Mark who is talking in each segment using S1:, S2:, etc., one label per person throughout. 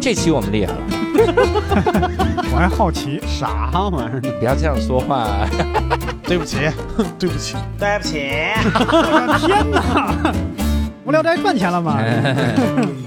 S1: 这期我们厉害了，
S2: 我还好奇，
S3: 啥玩意儿？
S1: 你不要这样说话。
S3: 对不起，对不起，
S4: 对不起，
S2: 天哪！无聊斋赚钱了吗？
S1: 哎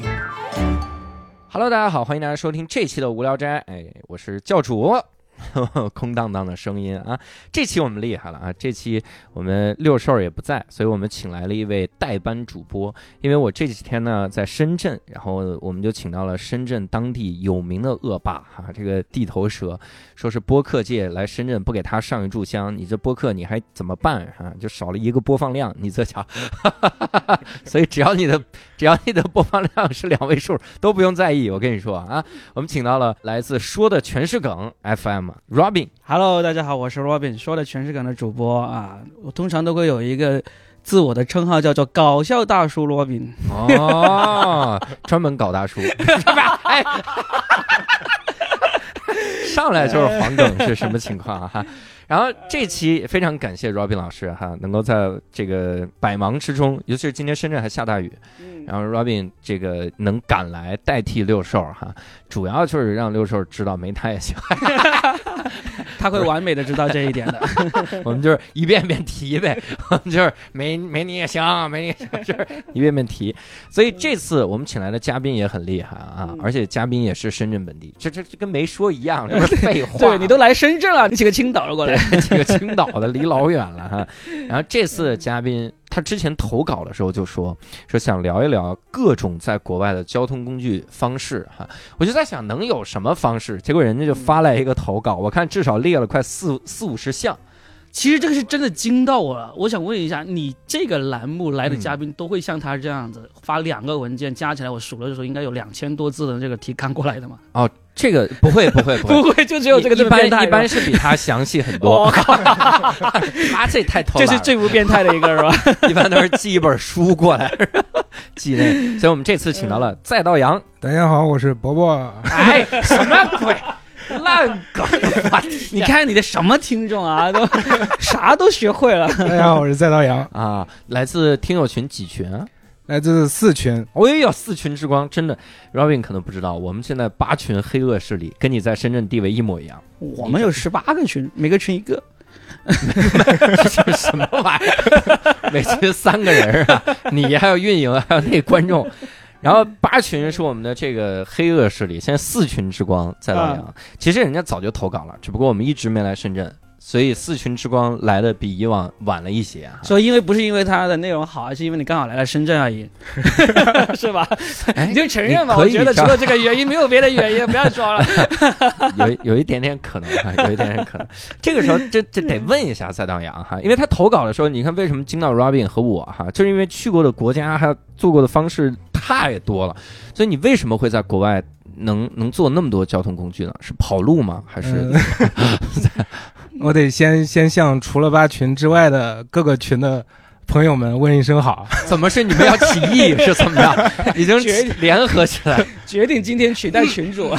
S1: Hello，大家好，欢迎大家收听这期的无聊斋。哎，我是教主， 空荡荡的声音啊。这期我们厉害了啊！这期我们六兽也不在，所以我们请来了一位代班主播。因为我这几天呢在深圳，然后我们就请到了深圳当地有名的恶霸 哈、这个地头蛇，说是播客界来深圳不给他上一炷香，你这播客你还怎么办啊？就少了一个播放量，你这家 伙，所以只要你的只要你的播放量是两位数，都不用在意。我跟你说啊，我们请到了来自说的全是梗 FM Robin，
S5: Hello，大家好，我是 Robin，说的全是梗的主播啊。我通常都会有一个自我的称号，叫做搞笑大叔 Robin。
S1: 哦，专门搞大叔， 是吧？哎， 上来就是黄梗是什么情况啊？哈，然后这期非常感谢 Robin 老师哈，能够在这个百忙之中，尤其是今天深圳还下大雨，然后 Robin 这个能赶来代替六兽哈，主要就是让六兽知道没他也行，
S5: 他会完美的知道这一 点的。
S1: 我们就是一遍遍提呗， 我们就是没没你也行，没你也行， 就是一遍遍提。所以这次我们请来的嘉宾也很厉害啊，而且嘉宾也是深圳本地，这这这跟没说一 样，这不是废话。
S5: 对你都来深圳了，你请个青岛的 过来。
S1: 对这个青岛的离老远了哈。然后这次的嘉宾，他之前投稿的时候就说说想聊一聊各种在国外的交通工具方式哈。我就在想能有什么方式，结果人家就发来一个投稿，我看至少列了快四四五十项。
S5: 其实这个是真的惊到我了。我想问一下，你这个栏目来的嘉宾都会像他这样子
S1: 嗯
S5: 发两个文件，加起来我数了的时候应该有两千多字的这个提纲过来的吗？
S1: 这个不会不会不会，
S5: 不会，就只有这个
S1: 一
S5: 这么
S1: 般
S5: 变态
S1: 一
S5: 的
S1: 般。是比他详细很多。
S5: 我靠，
S1: 妈，哦这太偷
S5: 这
S1: 懒
S5: 是
S1: 了
S5: 最不变态的一个啊是 吧？
S1: 一般都是寄一本书过来， 寄那。所以我们这次请到了再道阳，
S6: 大家好，我是伯伯。
S1: 嗯 哎，什么鬼？烂梗！
S5: 你看你的什么听众啊，都 啥都学会了。
S6: 大家好，我是赛道阳，
S1: 啊，来自听友群几群啊？
S6: 来自四群。
S1: 我也有四群之光，真的，Robin 可能不知道，我们现在八群黑恶势力跟你在深圳地位一模一样，
S5: 我们有十八个群，每个群一个。
S1: 这是什么玩意儿？每群三个人啊，你还有运营，啊还有那观众。然后八群是我们的这个黑恶势力，现在四群之光在洛阳。其实人家早就投稿了，只不过我们一直没来深圳，所以四群之光来的比以往晚了一些啊。
S5: 所以，因为不是因为它的内容好，而是因为你刚好来了深圳而啊已， 是吧？
S1: 哎
S5: 你就承认
S1: 你
S5: 吧。
S1: 可
S5: 我
S1: 以
S5: 觉得除
S1: 这样
S5: 了这个原因，没有别的原因，不要装 了。
S1: 有有 一点点可能 哈，有一点点可能。这个时候，这这得问一下赛道阳哈，因为他投稿的时候，你看为什么惊到 Robin 和我哈，就是因为去过的国家还有做过的方式太多了，所以你为什么会在国外能能做那么多交通工具呢？是跑路吗？还是、
S5: 嗯
S6: 呃 我得先先向除了八群之外的各个群的朋友们问一 声好。
S1: 怎么是你们要起 义是怎么样？已经
S5: 决
S1: 联合起来，
S5: 决定今天取代群 主，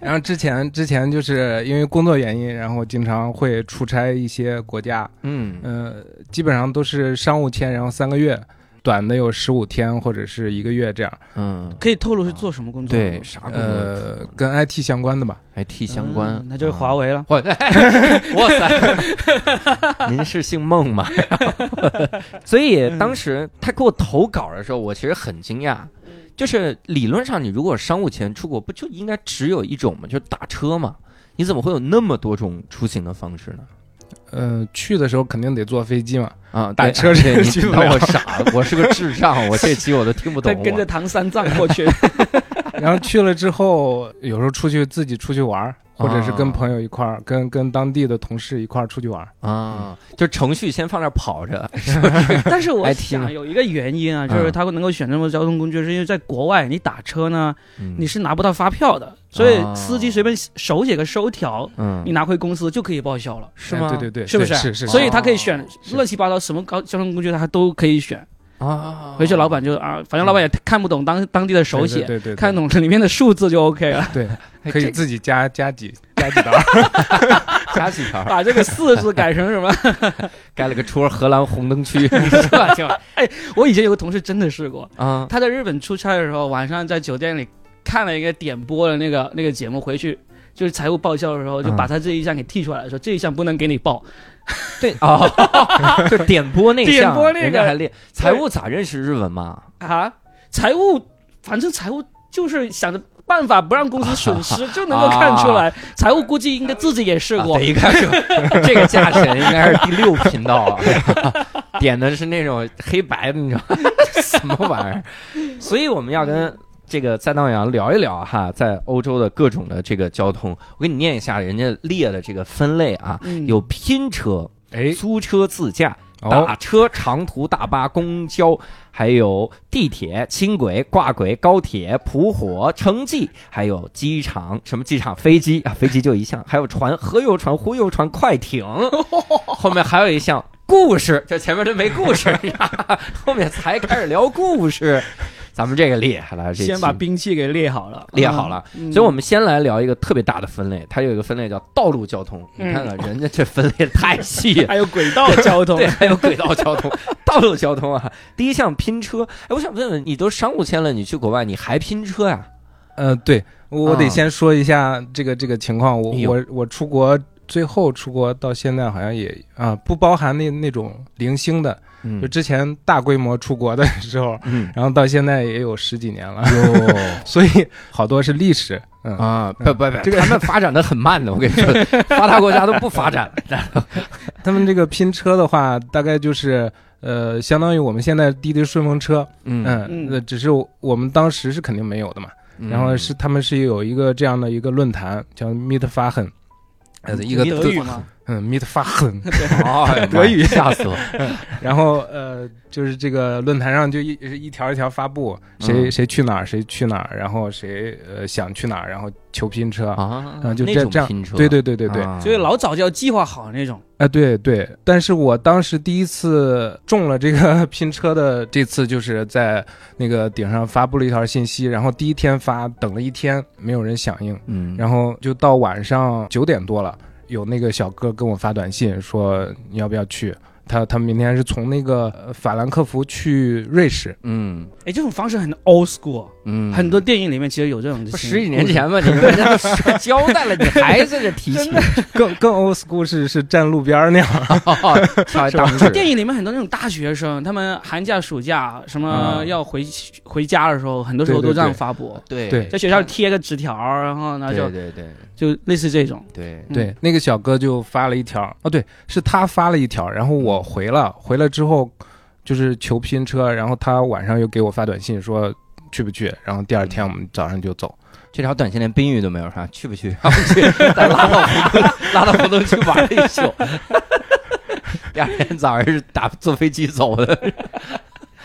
S6: 然后之前之前就是因为工作原因，然后经常会出差一些国家，
S1: 嗯
S6: 呃，基本上都是商务签，然后三个月，短的有十五天或者是一个月这样。
S1: 嗯，
S5: 可以透露是做什么工作吗？
S1: 对，啥工作、
S6: 呃，跟 IT 相关的吧。
S1: IT
S5: 嗯
S1: 相关，
S5: 那就是华为了。
S1: 我哇塞，您是姓孟 吗？所以当时他给我投稿的时候，我其实很惊讶。
S6: 嗯
S1: 就是理论上，你如果商务前出国，不就应该只有一种吗？就是打车嘛。你怎么会有那么多种出行的方式呢？
S6: 呃，去的时候肯定得坐飞机嘛。
S1: 啊，
S6: 打
S1: 对
S6: 车这
S1: 对
S6: 个
S1: 你
S6: 去
S1: 你
S6: 不
S1: 当
S6: 了
S1: 我傻，我是个智 障，我这期我都听不
S5: 再
S1: 懂。
S5: 跟着唐三藏过 去，
S6: 然后去了之后，有时候出去自己出去玩儿，或者是
S1: 啊
S6: 跟朋友一块儿，跟跟当地的同事一块儿出去玩儿。
S1: 我啊，就程序先放那儿跑 着，
S5: 但是我
S1: IT 嘛
S5: 想有一个原因啊，就是他能够选这么多交通工具，是因为在国外你打车呢，
S1: 嗯
S5: 你是拿不到发票的，所以
S1: 哦
S5: 司机随便手写个收条，
S1: 嗯
S5: 你拿回公司就可以报销了。
S1: 是
S6: 哎
S1: 吗？
S6: 对对对，
S5: 是不是？
S6: 是是。哦
S5: 所以
S6: 是
S5: 他可以选
S6: 是
S5: 乱七八糟什么高交通工具，他都可以选。
S1: 啊，
S5: 回去老板就啊，反正老板也看不懂当当地的手
S6: 嗯对
S5: 写，
S6: 对对，对
S5: 看懂这里面的数字就 OK 了。
S1: 哎
S6: 可以
S1: 这
S6: 自己加加几加几道儿。
S1: 加几 条，
S5: 把这个四字改成什么？
S1: 盖了个戳荷兰红灯区，是吧？就
S5: 哎我以前有个同事真的试过，
S1: 啊，
S5: 他在日本出差的时候，晚上在酒店里。看了一个点播的那个那个节目，回去就是财务报销的时候，就
S1: 嗯
S5: 把他这一项给剔出来了，说这一项不能给你报。
S1: 对哦， 就点播那项，
S5: 点播那个
S1: 人家还练财务咋认识日文嘛？
S5: 啊，财务，反正财务就是想着办法不让公司损 失，就能够看出来。财务估计应该自己也试
S1: 啊
S5: 过，
S1: 对一看就 这个价钱应该是第六频道，啊 点的是那种黑白的，你知道吗 什么玩意儿？所以我们要跟这个赞道阳聊一聊哈，在欧洲的各种的这个交通，我给你念一下人家列的这个分类啊，
S5: 嗯
S1: 有拼车、
S6: 哎，
S1: 租车自驾、
S6: 哦
S1: 打，车、长途大巴、公交，还有地铁、轻轨、挂轨、高铁、普火、城际，还有机场，什么机场？ 飞机啊，飞机就一项，还有船、河游船、忽悠船、快艇， 后面还有一项。故事，这前面都没故事，你知道吧 后面才开始聊故事。咱们这个厉害了，这
S5: 先
S1: 期
S5: 把兵器给列好了，
S1: 列好了。
S5: 嗯。
S1: 所以，我们先来聊一个特别大的分类，它有一个分类叫道路交通。
S5: 嗯
S1: 你看看人家这分类太细了，
S5: 还有轨道交 通
S1: 对，，还有轨道交通、道路交通啊。第一项拼车，哎，我想问问，你都商务签了，你去国外你还拼车呀、
S6: 呃，对我
S1: 啊
S6: 得先说一下这个这个情况，我
S1: 哎呦
S6: 我我出国最后出国到现在好像也啊不包含那那种零星的，就
S1: 嗯
S6: 之前大规模出国的时候，
S1: 嗯，
S6: 然后到现在也有十几年了，
S1: 哟
S6: 所以好多是历史，嗯，
S1: 啊，不不不，他们发展的很慢的，我跟你说，发达国家都不发展。
S6: 他们这个拼车的话，大概就是呃，相当于我们现在滴滴顺风车，
S1: 嗯，
S6: 嗯
S5: 嗯，
S6: 呃只是我们当时是肯定没有的嘛。然 后是他们是有一个这样的一个论坛叫 Meet Fahen，呃一个
S5: 德
S6: 德
S5: 语吗？
S6: 嗯 Meet Fahen，
S1: 哦，
S6: 德语
S1: 吓 死我。
S6: 然后呃就是这个论坛上就一一条一条发布，谁、
S1: 嗯
S6: 谁去哪儿谁去哪儿，然后谁呃想去哪儿，然后求拼车。
S1: 啊
S6: 啊就
S1: 那
S6: 这
S1: 种
S6: 这样
S1: 拼车，
S6: 对对对对对，
S1: 啊，
S5: 就是老早就要计划好那种，
S6: 啊，对对，但是我当时第一次中了这个 拼车的，这次就是在那个顶上发布了一条信息，然后第一天发，等了一天没有人响应，
S1: 嗯，
S6: 然后就到晚上九点多了，有那个小哥跟我发短信说你要不要去，他他明天是从那个呃法兰克福去瑞士，
S1: 嗯
S5: 哎，这种方式很 old school，
S1: 嗯，
S5: 很多电影里面其实有这种
S1: 不十几年前 吧，你人家都交代了，你还在这提起，
S6: 更更 old school 是是站路边儿那样，
S1: 哦 稍微大拇指
S5: 电影里面很多那种大学生，他们寒假、暑假什么
S1: 嗯
S5: 要回回家的时候，很多时候
S6: 对对
S5: 都这样
S6: 对
S5: 发布，
S1: 对
S6: 对
S5: 在学校贴个纸条，然后呢就
S1: 对对对
S5: 就类似这种。
S1: 对，
S5: 嗯
S6: 对，那个小哥就发了一条，哦，对，是他发了一条，然后我回了，回了之后就是求拼车，然后他晚上又给我发短信说去不去，然后第二天我们早上就走。
S1: 这条短信连宾语都没有，啥去不去？然后去，再拉到湖东，拉到湖东去玩了一宿。 第二天早上是打坐飞机走的，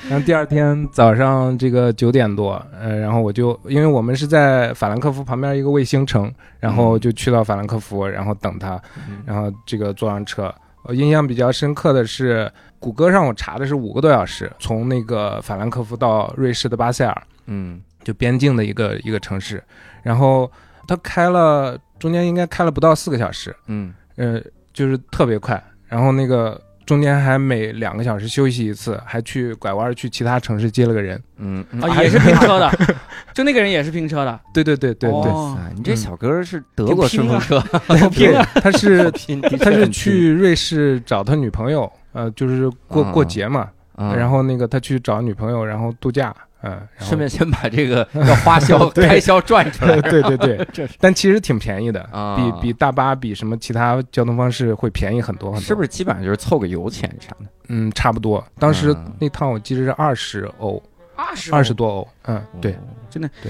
S6: 然后第二天早上这个九点多，呃，然后我就因为我们是在法兰克福旁边一个卫星城，然后就去到法兰克福，然后等他，然后这个坐上车。我印象比较深刻的是，谷歌让我查的是五个多小时，从那个法兰克福到瑞士的巴塞尔。
S1: 嗯
S6: 就边境的一个一个城市，然后他开了中间应该开了不到四个小时，
S1: 嗯
S6: 呃，就是特别快，然后那个中间还每两个小时休息一次，还去拐弯去其他城市接了个人，
S1: 嗯，
S5: 啊，也是 拼车的，就那个人也是拼车的，
S6: 对对对对对，
S5: 哦
S1: 啊，你这小哥是德国顺风车，
S6: 对
S5: 拼啊
S6: 他 是
S1: 拼
S6: 他是去瑞士找他女朋友，呃，就是过
S1: 啊
S6: 过节嘛，然
S1: 后
S6: 后那个他去找女朋友，然后度假，嗯、然后
S1: 顺便先把这个要花销
S6: 对
S1: 开销赚出 来。
S6: 对对 对，但其实挺便宜的，
S1: 啊
S6: 比比大巴比什么其他交通方式会便宜很多很多，
S1: 是不是基本上就是凑个油钱啥的？
S6: 嗯，差不多。当时
S1: 嗯
S6: 那趟我记得是二十欧，
S5: 二十
S6: 二十，多欧。嗯，
S1: 哦
S6: 对，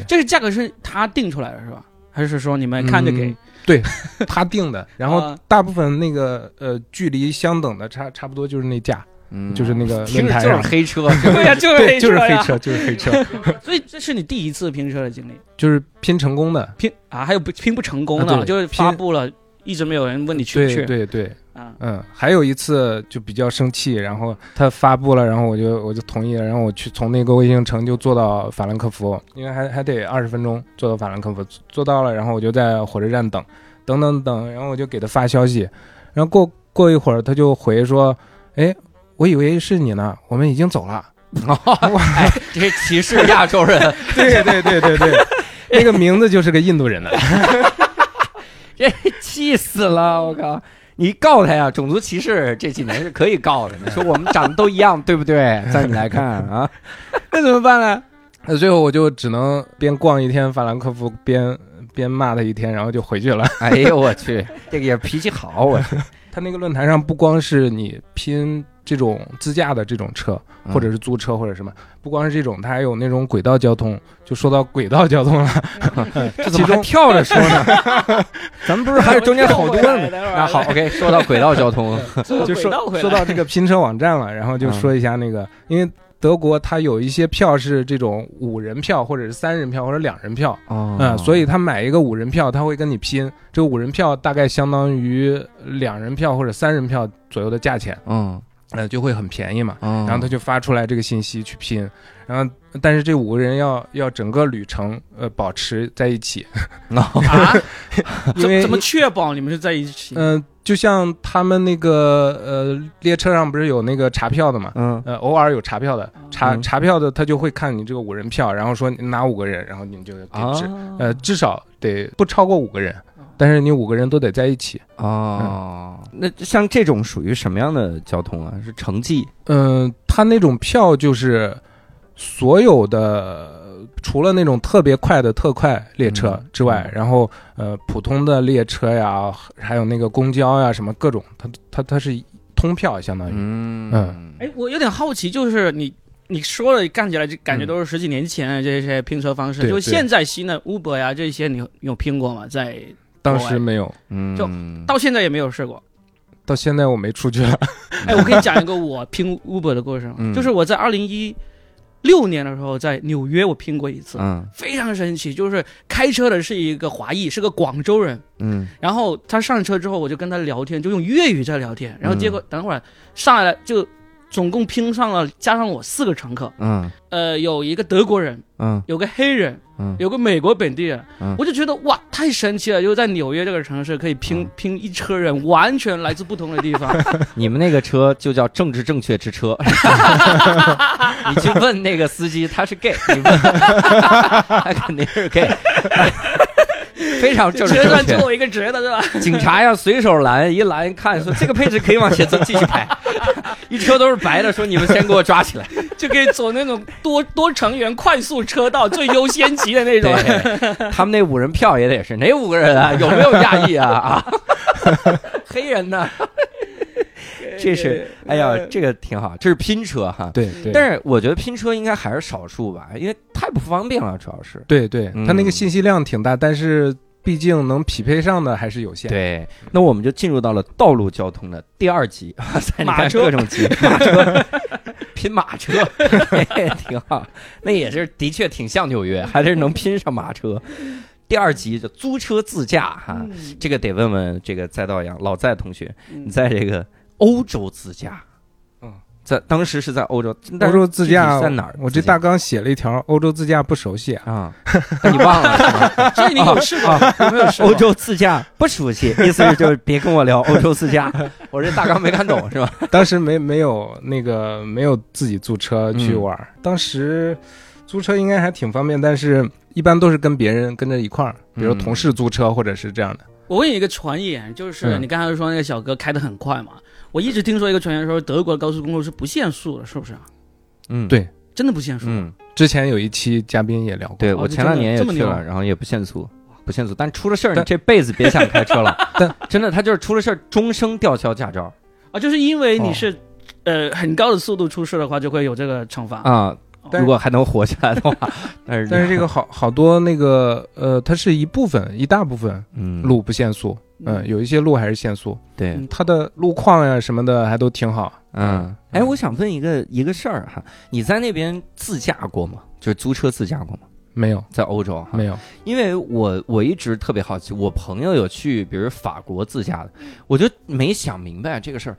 S5: 这个价格是他定出来的是吧？还是说你们看着给
S6: 嗯？对他定的。然后
S5: 啊
S6: 大部分那个呃距离相等的差差不多就是那价，
S1: 嗯，
S6: 就是那个啊
S1: 听
S6: 论
S1: 着
S6: 坛
S1: 就是
S6: 上，
S1: 黑车，
S5: 对 呀，就
S6: 嗯对，就是
S5: 黑
S6: 黑
S5: 车
S6: 车，就是黑车，
S5: 呀。所以这是你第一次拼车的经历，
S6: 就是拼成功的。
S5: 拼啊，还有不拼不成功
S6: 啊
S5: 的，
S6: 对
S5: 就是发
S6: 拼
S5: 布了，一直没有人问你去不
S6: 对
S5: 去
S6: 对对，
S5: 啊。
S6: 嗯，还有一次就比较生气，然后他发布了，然后我就我就同意了，然后我去从那个卫星城就坐到法兰克福，因为还还得二十分钟坐到法兰克福，坐到了，然后我就在火车站等，等等等，然后我就给他发消息，然后过过一会儿他就回说，哎，我以为是你呢，我们已 经走了。
S1: 哎，这是歧视亚洲人，
S6: 对对对对对，那个名字就是个印度人的，
S1: 气死了！我靠，你告他呀！种族歧视这几年是可以告 的。你说我们长得都一样，对不对？在你来看 啊，那怎么办呢？
S6: 那最后我就只能边逛一天法兰克福，边边骂他一天，然后就回去了。
S1: 哎呦我去，这个也脾气好，啊 我去
S6: 他那个论坛上不光是你拼这种自驾的这种车，或者是租车或者什么，不光是这种，它还有那种轨道交通。就说到轨道交通了，
S1: 这怎
S6: 其
S1: 么还
S6: 中
S1: 跳着说呢？咱们不是还有中间好多呢？那
S5: 那
S1: 好，，OK，说到轨道交 通，
S6: 就
S5: 就
S6: 说
S5: 回
S6: 说
S5: 来。
S6: 到这个拼车网站了，然后就说一下那个，因为德国它有一些票是这种五人票或者是三人票或者两人票，
S1: 哦
S6: 嗯，所以他买一个五人票，他会跟你拼，这五人票大概相当于两人票或者三人票左右的价钱，
S1: 嗯
S6: 呃，就会很便宜嘛。
S1: 嗯，
S6: 然后他就发出来这个信息去拼，然后但是这五个人要要整个旅程呃保持在一起，
S5: 啊，
S6: 因
S5: 怎
S6: 为
S5: 么怎么确保你们是在一起？
S6: 嗯、就像他们那个呃列车上不是有那个查票的嘛，
S1: 嗯
S6: 呃偶尔有查票的，查
S1: 嗯
S6: 查票的他就会看你这个五人票，然后说你哪五个人，然后你就给
S1: 啊
S6: 指，呃至少得不超过五个人，但是你五个人都得在一起。
S1: 哦，那像这种属于什么样的交通啊？是城际
S6: 嗯，他那种票就是所有的，除了那种特别快的特快列车
S1: 嗯
S6: 之外，
S1: 嗯
S6: 然后呃普通的列车呀，还有那个公交呀，什么各种，它它它是通票，相当于。
S1: 嗯
S6: 嗯
S5: 哎，我有点好奇，就是你你说了干起来，就感觉
S6: 嗯
S5: 都是十几年前的这些拼车方式。
S6: 对
S5: 就
S6: 对
S5: 现在新的 Uber 呀这些，你有你有拼过吗？在
S6: 当时没有，
S1: 嗯，
S5: 就到现在也没有试过。
S6: 到现在我没出去了。
S5: 哎，我可以讲一个我拼 Uber 的过程吗，
S1: 嗯
S5: 就是我在二零一六年的时候在纽约我拼过一次，
S1: 嗯
S5: 非常神奇，就是开车的是一个华裔，是个广州人。
S1: 嗯
S5: 然后他上车之后，我就跟他聊天，就用粤语在聊天。然后结果等会儿上来了，就总共拼上了，加上我四个乘客，
S1: 嗯
S5: 呃，有一个德国人，
S1: 嗯
S5: 有个黑人，
S1: 嗯
S5: 有个美国本地人，
S1: 嗯
S5: 我就觉得哇，太神奇了！就是在纽约这个城市，可以拼、
S1: 嗯
S5: 拼一车人，完全来自不同的地 方。
S1: 你们那个车就叫政治正确之 车，你去问那个司机，他是 gay，你 问他肯定是 gay，非常政治
S5: 觉得
S1: 正
S5: 就
S1: 确。
S5: 我一个直的，对吧？
S1: 警察要随手拦，一拦一看 说这个配置可以往前走，继续 排，一车都是白的，说你们先给我抓起来。
S5: 就可以走那种多多成员快速车道最优先级的那种。
S1: 对，他们那五人票也得是哪五个人 啊？有没有亚裔啊？啊， 黑人呢？这 是，哎呀，这个挺好，这是拼车哈。
S6: 对对，
S1: 但是我觉得拼车应该还是少数吧，因为太不方便了，主要是。
S6: 对对，
S1: 嗯
S6: 它那个信息量挺大，但是毕竟能匹配上的还是有限。，
S1: 对，那我们就进入到了道路交通的第二集， 哇塞，你
S5: 马
S1: 看
S5: 车
S1: 各种集，马车， 拼马车， 嘿挺好，那也是的确挺像纽约，还是能拼上马车。第二集就租车自驾哈、
S5: 嗯
S1: 这个得问问这个再道阳老在同学，
S5: 嗯
S1: 你在这个欧洲自驾，
S6: 嗯，
S1: 在当时是在欧洲，但是
S6: 欧洲自
S1: 具
S6: 驾
S1: 体在哪儿自驾？
S6: 我这大纲写了一条，欧洲自驾不熟悉啊。
S1: 啊，那 你忘了是吗？
S5: 所以你有试过吗？有没有试过？
S1: 欧洲自驾不熟悉，意思是就是别跟我 聊欧洲自驾，我这大纲没看懂是吧？
S6: 当时没没有那个没有自己租车去玩
S1: 嗯
S6: 儿，当时租车应该还挺方便，但是一般都是跟别人跟着一块儿，比如
S1: 嗯
S6: 同事租车或者是这样的。
S5: 我问你一个传言，就是
S6: 嗯
S5: 你刚才说那个小哥开的很快嘛，我一直听说一个传言说德国的高速公路是不限速的，是不是啊？
S1: 嗯
S6: 对
S5: 真的不限速？
S1: 嗯，
S6: 之前有一期嘉宾也聊过，
S1: 对
S5: 哦
S1: 我
S5: 就
S1: 前
S5: 这
S1: 两
S5: 么
S1: 年也
S5: 这么
S1: 去
S5: 牛
S1: 了，然后也不限速，不限速，但出了事儿你
S6: 但。
S1: 这辈子别想开车 了
S6: 但
S1: 真的，他就是出了事儿，终生吊销驾照
S5: 啊，就是因为你
S6: 哦
S5: 是。呃，很高的速度出事的话，就会有这个惩罚。
S1: 啊。
S6: 但
S1: 如
S6: 是
S1: 果还能活下来的 话，但是
S6: 但是这个好好多那个呃，它是一部分一大部分
S1: 嗯
S6: 路不限速，嗯，
S1: 呃
S6: 有一些路还是限速，
S1: 对
S5: 嗯
S6: 它的路况呀什么的还都挺好。
S1: 嗯，哎，我想问一个一个事儿哈，你在那边自驾过吗？就是租车自驾过吗？
S6: 没有
S1: 在欧洲哈，
S6: 没有，
S1: 因为我我一直特别好奇，我朋友有去，比如法国自驾的，我就没想明白这个事儿。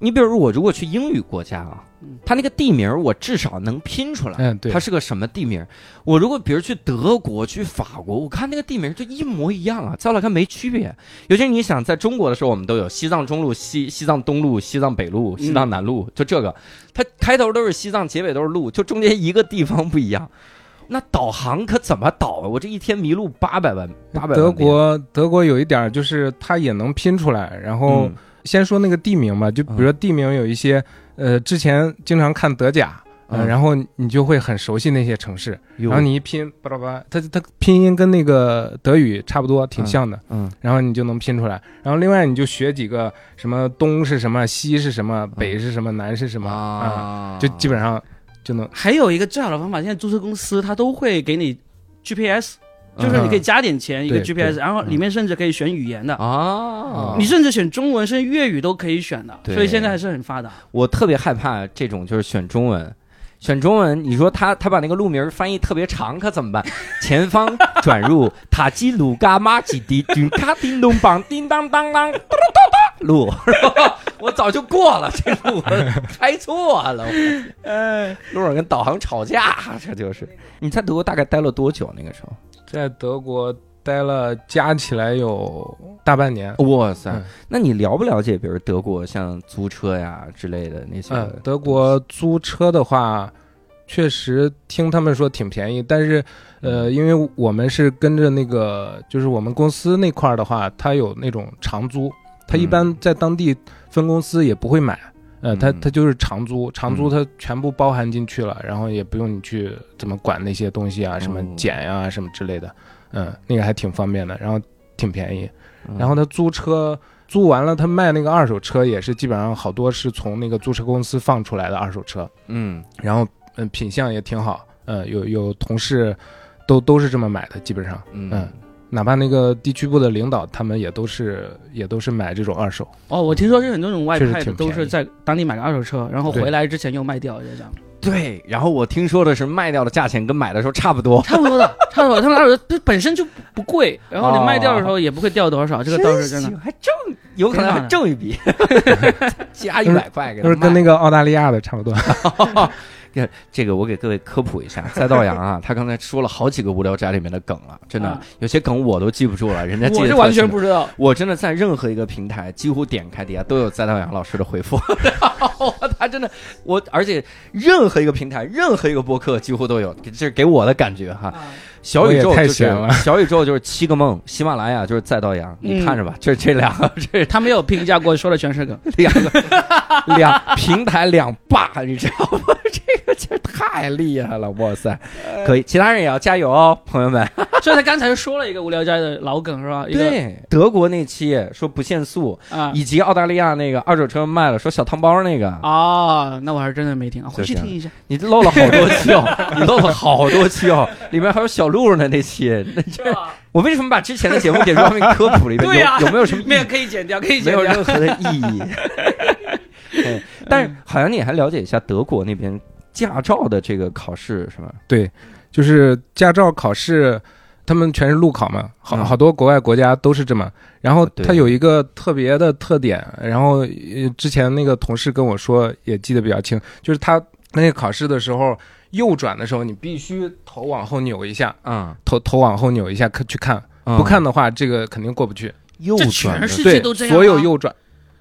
S1: 你比如我如果去英语国家啊
S5: 嗯，
S1: 它那个地名我至少能拼出来，
S6: 嗯，对
S1: 它，是个什么地名。我如果比如去德国、去法国，我看那个地名就一模一样啊，在我来看没区别。尤其是你想在中国的时候，我们都有西藏中路、西西藏东路、西藏北路、
S6: 嗯
S1: 西藏南路，就这个，它开头都是西藏，结尾都是路，就中间一个地方不一样。那导航可怎么导啊？我这一天迷路八百万，八百
S6: 德国德国有一点儿就是它也能拼出来，然后
S1: 嗯
S6: 先说那个地名吧，就比如说地名有一些，呃，之前经常看德甲，呃
S1: 嗯
S6: 然后你就会很熟悉那些城市，
S1: 然
S6: 然后你一拼，巴拉巴拉，它它拼音跟那个德语差不多，挺像的，
S1: 嗯
S6: 然后你就能拼出来。然后另外你就学几个什么东是什么，西是什么，北是什么，南是什么嗯啊，就基本上就能
S5: 还有一个最好的方法，现在注册公司它都会给你 GPS，就是你可以加点钱一个
S6: 对
S5: GPS，然后
S1: 嗯
S5: 里面甚至可以选语言的，
S1: 啊，
S5: 你甚至选中文、甚至粤语都可以选的，
S1: 对
S5: 所以现在还是很发达。
S1: 我特别害怕这种就是选中文。选中文，你说他他把那个路名翻译特别长，可怎么办？前方转入塔基鲁嘎玛吉迪军卡叮咚梆叮当当当嘟嘟嘟路， 我早就过了这路，我开错了。
S6: 哎
S5: 呃，
S1: 路上跟导航吵架，这就是。你在德国大概待了多久？啊那个时候？
S6: 在德国待了加起来有大半年。
S1: 哇塞
S6: 嗯
S1: 那你了不了解，比如德国像租车呀之类的那些？
S6: 嗯，德国租车的话，确实听他们说挺便宜，但是，
S1: 嗯
S6: 呃，因为我们是跟着那个，就是我们公司那块儿的话，它有那种长租，它一般
S1: 嗯
S6: 在当地分公司也不会买，呃，它
S1: 嗯
S6: 它就是长租，长租
S1: 嗯
S6: 它全部包含进去了，然后也不用你去怎么管那些东西啊，什么
S1: 嗯
S6: 检呀、什么之类的，嗯，那个还挺方便的，然后挺便宜，
S1: 嗯，
S6: 然后他租车租完了，他卖那个二手车也是基本上好多是从那个租车公司放出来的二手车，
S1: 嗯，
S6: 然后嗯品相也挺好，嗯有有同事都都是这么买的，基本上
S1: 嗯
S6: 嗯哪怕那个地区部的领导他们也都是也都是买这种二手，
S5: 哦，我听说是很多种外
S6: 确
S5: 派的
S6: 实挺
S5: 都
S6: 便宜
S5: 是在当地买个二手车，然后
S6: 对
S5: 回来之前又卖掉，就这样，
S1: 对。然后我听说的是卖掉的价钱跟买的时候差不多，
S5: 差不多的，差不多。他们二手车本身就不 贵，然后你卖掉的时候也不会掉多少，这个倒是真的。
S1: 行还挣，有可能还挣一笔， 加一百块给
S6: 就是跟那
S1: 个
S6: 个澳大利亚的差不多。。
S1: 这这个我给各位科普一下，赛道阳啊，他刚才说了好几个无聊斋里面的梗了，真的
S5: 啊
S1: 有些梗我都记不住了， 人家记
S5: 我
S1: 得
S5: 是
S1: 特
S5: 完全
S1: 清
S5: 不知道，
S1: 我真的在任何一个平台，几乎点开底下都有赛道阳老师的回复， 然后他真的我，而且任何一个平台、任何一个播客几乎都有，这是给我的感觉哈。
S5: 啊
S1: 小宇宙
S6: 我也太
S1: 就是
S6: 闲 了
S1: 小宇宙就是七个梦，喜马拉雅就是赛道阳，你
S5: 嗯
S1: 看着吧，这这两个这
S5: 他没有评价过，说的全是 梗。
S1: 两个两平台两霸，你知道吗？ 这个这太厉害了，哇塞！
S5: 呃
S1: 可以，其他人也要加油哦，朋友们。
S5: 所以他刚才说了一个无聊斋的老梗是吧？一个，
S1: 德国那期说不限速，
S5: 啊
S1: 以及澳大利亚那个二手车卖了说小汤包那个，
S5: 啊，那我还是真的没听，啊回
S1: 就
S5: 去
S1: 这样
S5: 听一下。
S1: 你漏了好多期哦，你漏了好多期哦，里面还有小鹿呢那期。那这我为什么把之前的节目给 Robin 科普了一遍？
S5: 对呀
S1: 有有啊没有什么意义
S5: 没有可以剪掉，可以
S1: 没
S5: 剪
S1: 有
S5: 掉。
S1: 任何的意义？嗯但是好像你还了解一下德国那边驾照的这个考试是吧？
S6: 对，就是驾照考试，他们全是路考嘛，好
S1: 嗯啊
S6: 好多国外国家都是这么。然后
S1: 对
S6: 它有一个特别的特点，然后呃之前那个同事跟我说，也记得比较清，就是他那个考试的时候，右转的时候你必须头往后扭一下，
S1: 啊、
S6: 头头往后扭一下看去看，
S1: 嗯
S6: 不看的话这个肯定过不去。
S1: 右
S5: 这
S1: 转
S5: 全
S1: 的
S5: 世界
S6: 对
S5: 都这，样吗
S6: 所有右转，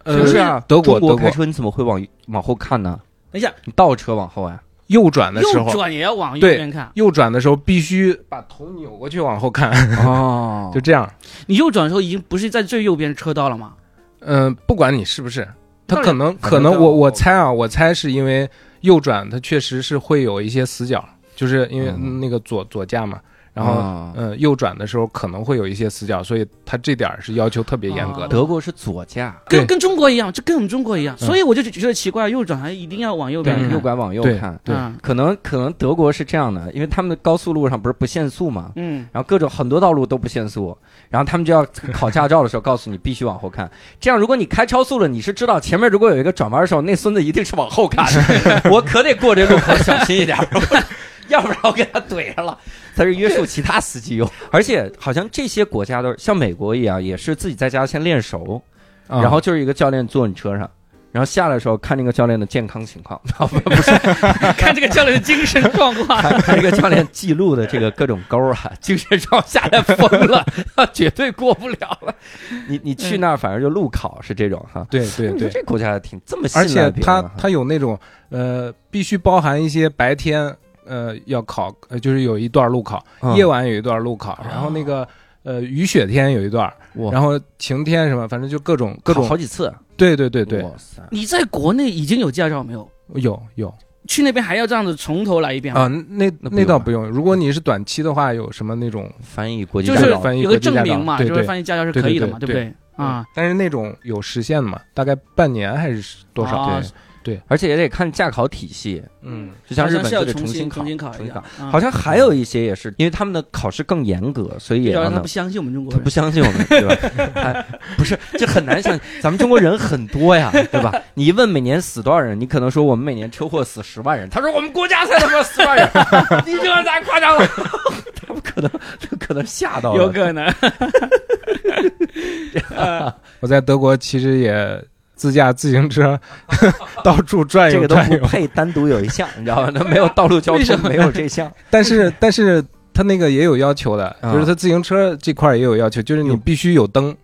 S1: 不
S6: 呃，
S1: 是啊？
S6: 德国
S1: 中国
S6: 德
S1: 开
S6: 国
S1: 车你怎么会往往后看呢？
S5: 等一下，
S1: 你倒车往后呀、啊
S6: 右转的时
S5: 右
S6: 候，
S5: 转也要往右边看。
S6: 右转的时候必须把头扭过去往后看，
S1: 哦
S6: 就这样。
S5: 你右转的时候已经不是在最右边车道了吗？
S6: 嗯，不管你是不是，他
S5: 那
S6: 可能
S1: 反
S6: 可
S1: 正
S6: 能
S1: 就
S6: 我我猜啊，我猜是因为右转它确实是会有一些死角，就是因为
S1: 嗯
S6: 那个左左驾嘛，然后
S1: 啊
S6: 嗯右转的时候可能会有一些死角，所以它这点儿是要求特别严格的。
S1: 德国是左驾，
S5: 跟
S6: 对
S5: 跟中国一样，就跟我们中国一样，所以我就觉得奇怪，右转还一定要往右边
S6: 对
S5: 看。
S1: 右拐往右
S6: 对
S1: 看。
S6: 对
S5: 嗯
S1: 可能可能德国是这样的，因为他们的高速路上不是不限速嘛，
S5: 嗯，
S1: 然后各种很多道路都不限速，然后他们就要考驾照的时 候告诉你必须往后看，这样如果你开超速了，你是知道前面如果有一个转弯的时候，那孙子一定是往后 看的，我可得过这路口小心一 点儿，要不然我给他怼上了，才是约束其他司机用。而且好像这些国家都是像美国一样，也是自己在家先练熟，
S6: 啊
S1: 然后就是一个教练坐你车上。然后下来的时候看那个教练的健康情 况，不是
S5: 看这个教练的精神状 况。
S1: 看看这个教练记录的这个各种勾啊，精神上下来疯 了，绝对过不了了。你你去那儿反正就路考是这种哈。
S6: 对对
S1: 你说
S6: 对，
S1: 这国家挺这么信
S6: 而
S1: 赖
S6: 且
S1: 别人啊
S6: 它
S1: 哈
S6: 它有那种呃必须包含一些白天呃要考，呃就是有一段路考，
S1: 嗯
S6: 夜晚有一段路考，然后那个呃雨雪天有一段，
S1: 哦哇
S6: 然后晴天什么，反正就各种各种
S1: 好，几次，
S6: 对对对对，
S1: 哇塞，
S5: 你在国内已经有驾照没有？
S6: 有有
S5: 去那边还要这样子从头来一遍吗？
S6: 啊，那
S1: 那不
S6: 那倒
S1: 用
S6: 不用，如果你是短期的话，有什么那种
S1: 翻译国际
S5: 就
S1: 驾
S5: 是
S1: 照，
S6: 翻译
S5: 有
S6: 国
S5: 个
S6: 际
S5: 证
S6: 驾
S5: 明
S6: 照
S5: 嘛，
S6: 对
S5: 就是
S6: 对
S5: 翻译驾照是可以的嘛，
S6: 对
S5: 不
S6: 对
S5: 对？啊，，
S6: 嗯但是那种有时限的嘛，大概半年还是多少？
S5: 啊
S1: 对而且也得看驾考体系，
S6: 嗯，
S1: 就像
S5: 好
S1: 日
S5: 像
S1: 本
S5: 是要
S1: 就得
S5: 重
S1: 新考，
S5: 重新考
S1: 重
S5: 一
S1: 新
S5: 下
S1: 考。，
S5: 啊
S1: 好像还有一些也是，因为他们的考试更严格，所以也
S5: 要
S1: 要
S5: 让他
S1: 能
S5: 不。相信我们中
S1: 啊
S5: 国
S1: 他
S5: 人
S1: 不。相信我们，对 吧？哎、不是，这很难相信。咱们中国人很多呀，对吧？你一问每年死多少人，你可能说我们每年车祸死十万人，他说我们国家才他妈四万人， 你这太夸张了。 他们可能可能吓到了，
S5: 有可能，
S6: 我在德国其实也自驾自行车 到处转
S1: 这
S6: 悠
S1: 个都
S6: 转
S1: 不
S6: 悠，
S1: 配单独有一项，你知 道吗？那没有道路交
S5: 为什
S1: 通，
S5: 么
S1: 没有这项。
S6: 但是但是他那个也有要求的，
S1: 啊
S6: 就是他自行车这块也有要求，就是你必须有灯，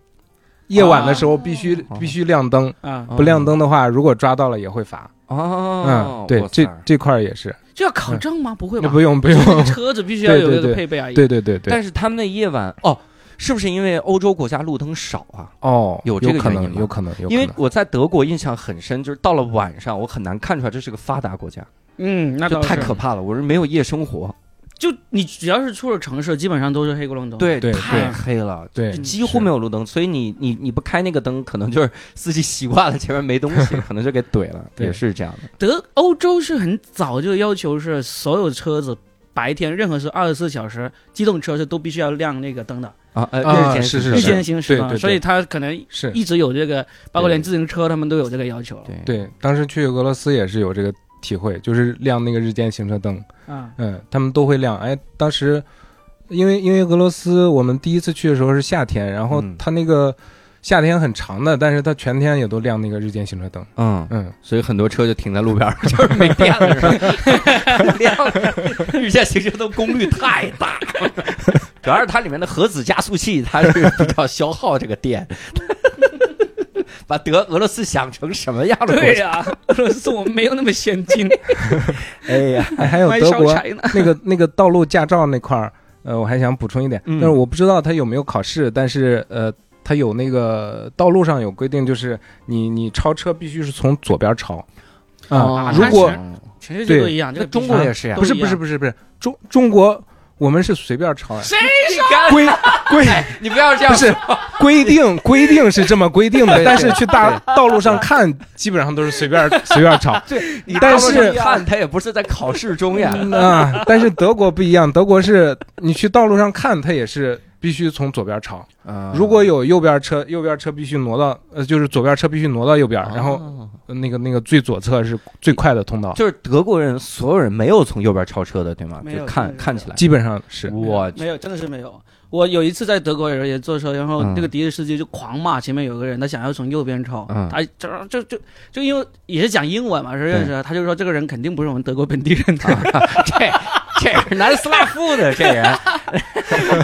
S6: 夜晚的时候必须
S1: 哦
S6: 必须亮灯，
S5: 啊，
S6: 不亮灯的话，如果抓到了也会罚。
S1: 哦
S6: 嗯，，对
S1: 哇，塞
S6: 这这块也是，
S5: 就要考证吗？不会吧？
S6: 那不用不用，
S5: 就是那个车子必须要有
S6: 对
S5: 这
S6: 对
S5: 个
S6: 对
S5: 配备啊而已。
S6: 对对对对，
S1: 但是他们那夜晚哦，是不是因为欧洲国家路灯少啊？
S6: 哦，
S1: 有
S6: 有
S1: 这个
S6: 可
S1: 原因
S6: 能，
S1: 吗
S6: 有可能，有可
S1: 因为
S6: 能。
S1: 我在德国印象很深，就是到了晚上，我很难看出来这是个发达国家，
S5: 嗯，那
S1: 就
S5: 倒是
S1: 太可怕了。我说没有夜生活，
S5: 就你只要是出了城市，基本上都是黑咕隆咚。，
S1: 对
S6: 对
S1: 太
S5: 嗯对
S1: 黑了。
S6: 对
S1: 就，几乎没有路灯，所以你你你不开那个灯，可能就是司机习惯了前面没东西，可能就给怼了，
S6: 对
S1: 也是这样的。
S5: 德欧洲是很早就要求是所有车子白天任何时候二十四小时，机动车是都必须要亮那个灯的，
S1: 啊，呃，
S6: 啊
S1: 日间
S6: 是
S1: 行
S5: 日
S6: 是
S5: 间行驶
S6: 对
S5: 嘛
S6: 对对
S5: 所以他可能
S6: 是
S5: 一直有这个，包括
S1: 对
S5: 连自行车他们都有这个要求了。
S1: 对
S6: 对，当时去俄罗斯也是有这个体会，就是亮那个日间行车灯，
S5: 啊，
S6: 嗯，他们都会亮。哎，当时因为因为俄罗斯，我们第一次去的时候是夏天，然后
S1: 嗯
S6: 它那个夏天很长的，但是它全天也都亮那个日间行车灯，
S1: 嗯，
S6: 嗯，
S1: 所以很多车就停在路边儿，就是
S5: 啊
S1: 没电了，是吧？亮 日间行车灯功率太大， 主要是它里面的核子加速器，它是比较消耗这个电。 把德俄罗斯想成什么样了？
S5: 对呀、 俄罗斯我们没有那么先进，
S1: 哎呀，
S6: 哎， 还有
S5: 卖
S6: 德
S5: 烧
S6: 国
S5: 柴呢。
S6: 那个那个道路驾照那块儿，呃，我还想补充一点，
S1: 嗯
S6: 但是我不知道它有没有考试，但是呃，它有那个道路上有规定，就是你你超车必须是从左边超，啊、
S5: 哦
S6: 如果
S5: 那全世界都
S6: 对
S5: 一样，这
S1: 那
S5: 个
S1: 中国也是呀
S5: 都
S6: 不是
S5: 一
S6: 不是
S5: 样
S6: 不是不是中中国我们是随便超呀、
S5: 谁
S6: 规规
S1: 哎你不要这
S6: 不
S1: 样，
S6: 是规定规定是这么规定的，
S1: 对
S6: 但是去大道路上看，基本上都是随便随便超。
S1: 你
S6: 但
S1: 到
S6: 是
S1: 时候看他也不是在考试中呀。
S6: 嗯啊，但是德国不一样，德国是你去道路上看，它也是必须从左边超。
S1: 嗯
S6: 如果有右边车，右边车必须挪到呃，就是左边车必须挪到右边，然后
S1: 哦
S6: 呃那个那个最左侧是最快的通道，
S1: 就是德国人，所有人没有从右边超车的，对吗？
S5: 没有
S1: 就看
S5: 没有
S1: 看起来，
S6: 基本上是
S1: 我去
S5: 没有，真的是没有。我有一次在德国也是也坐车，然后
S1: 嗯
S5: 那个的士司机就狂骂前面有个人，他想要从右边超，
S1: 嗯
S5: 他就就就就因为也是讲英文嘛，是认识的，他就说这个人肯定不是我们德国本地人的，
S1: 啊这这是南斯拉夫的这人，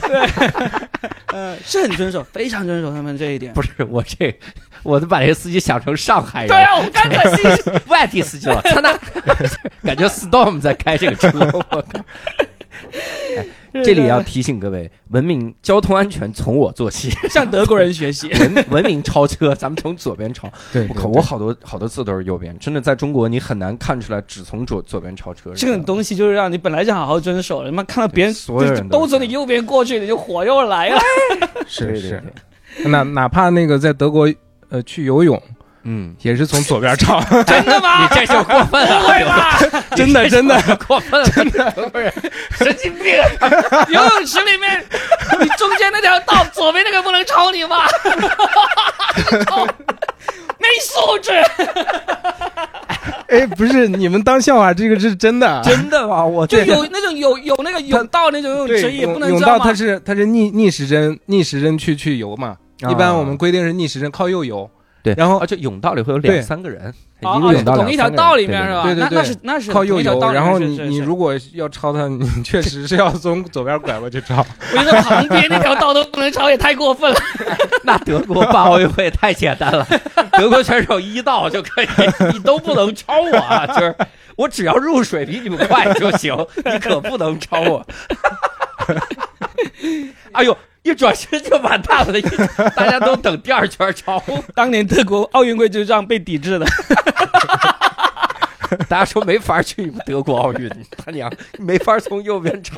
S5: 呃，是很遵守，非常遵守他们这一 点。
S1: 不是我这，我都把这个司机想成上海
S5: 对
S1: 人、
S5: 啊，我刚才
S1: 哎
S5: 心想
S1: 外地司机了，他 那感觉 Storm 在开这个车，我靠！哎 这里要提醒各位，文明交通安全从我做起，。
S5: 向德国人学习
S1: 文文明超车，咱们从左边超。
S6: 对，
S1: 我
S6: 对
S1: 靠，
S6: 对
S1: 我好多好多次都是右边，真的在中国你很难看出来只从左左边超车。
S5: 这种东西就是让你本来就好好遵守的，他妈看到别人
S1: 所有人都
S5: 都
S1: 是这
S5: 从
S1: 样
S5: 你右边过去，你就火又来 了。
S1: 对
S6: 是
S1: 对对
S6: 是，，哪哪怕那个在德国呃去游泳
S1: 嗯，
S6: 也是从左边超，
S5: 真的吗？
S1: 你这就过分了，
S5: 不会吧？
S6: 真 的真的。
S1: 过分了，真的不是
S5: 神经病！啊游泳池里面，你中间那条道，左边那个不能超你吗？没素质！
S6: 哎，不是你们当笑话，这个是真的。啊
S1: 真的吗？我
S5: 就
S1: 这
S5: 有那种有有那个泳道那种游泳
S6: 对，
S5: 池也不能
S6: 泳
S5: 这
S6: 道
S5: 样
S6: 它
S5: 吗？
S6: 是它是逆逆时针逆时针去去游嘛，一般我们规定是逆时针靠右游，
S1: 对，
S6: 然后
S1: 而且甬哦道里会有
S6: 对
S1: 两三个人，
S5: 哦
S1: 一个泳道两
S5: 哦同一条
S1: 三个人
S5: 道里面是吧？
S6: 对对对
S5: 那那是那是
S6: 靠
S5: 同
S6: 右
S5: 一条道
S6: 游，
S5: 里面
S6: 然后
S5: 是
S6: 你
S5: 是
S6: 你
S5: 是
S6: 如果要超它，你 确实是要从左边拐过去 超。
S5: 我觉得旁边那条道都不能超，也太过分了。
S1: 那德国办奥运会 太简单了，德国选手一到就可以，你都不能超我啊！就是我只要入水比你们快就 行，你可不能超我。 哎呦，一转身就完蛋了，一大家都等第二圈超。
S5: 当年德国奥运会就是这样被抵制的。
S1: 大家说没法去你们德国奥运， 他娘没法从右边超，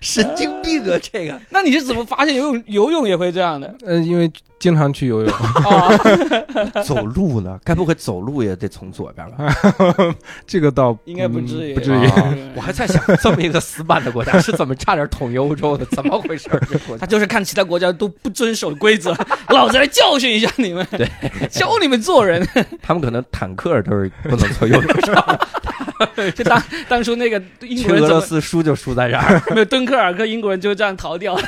S1: 神经病啊！这个
S5: 那你是怎么发现游泳游泳也会这样的？
S6: 呃，因为经常去 游泳，
S5: 哦，
S1: 走路呢，该不会走路也得从左边吧？
S6: 这个倒
S5: 应该不至于，哦
S6: 嗯不至于。
S1: 我还在想，这么一个死板的国家是怎么差点统一欧洲的？怎么回事儿？ 这国
S5: 他
S1: 家
S5: 就是看其他国家都不遵守规则， 老子来教训一下你们，
S1: 对，
S5: 教你们做 人。
S1: 他们可能坦克都是不能从右边上。
S5: 就当当初那个英
S1: 去
S5: 国人
S1: 俄
S5: 怎
S1: 罗
S5: 么
S1: 斯输就输在这儿。
S5: 没有敦刻尔克，英国人就这样逃 掉。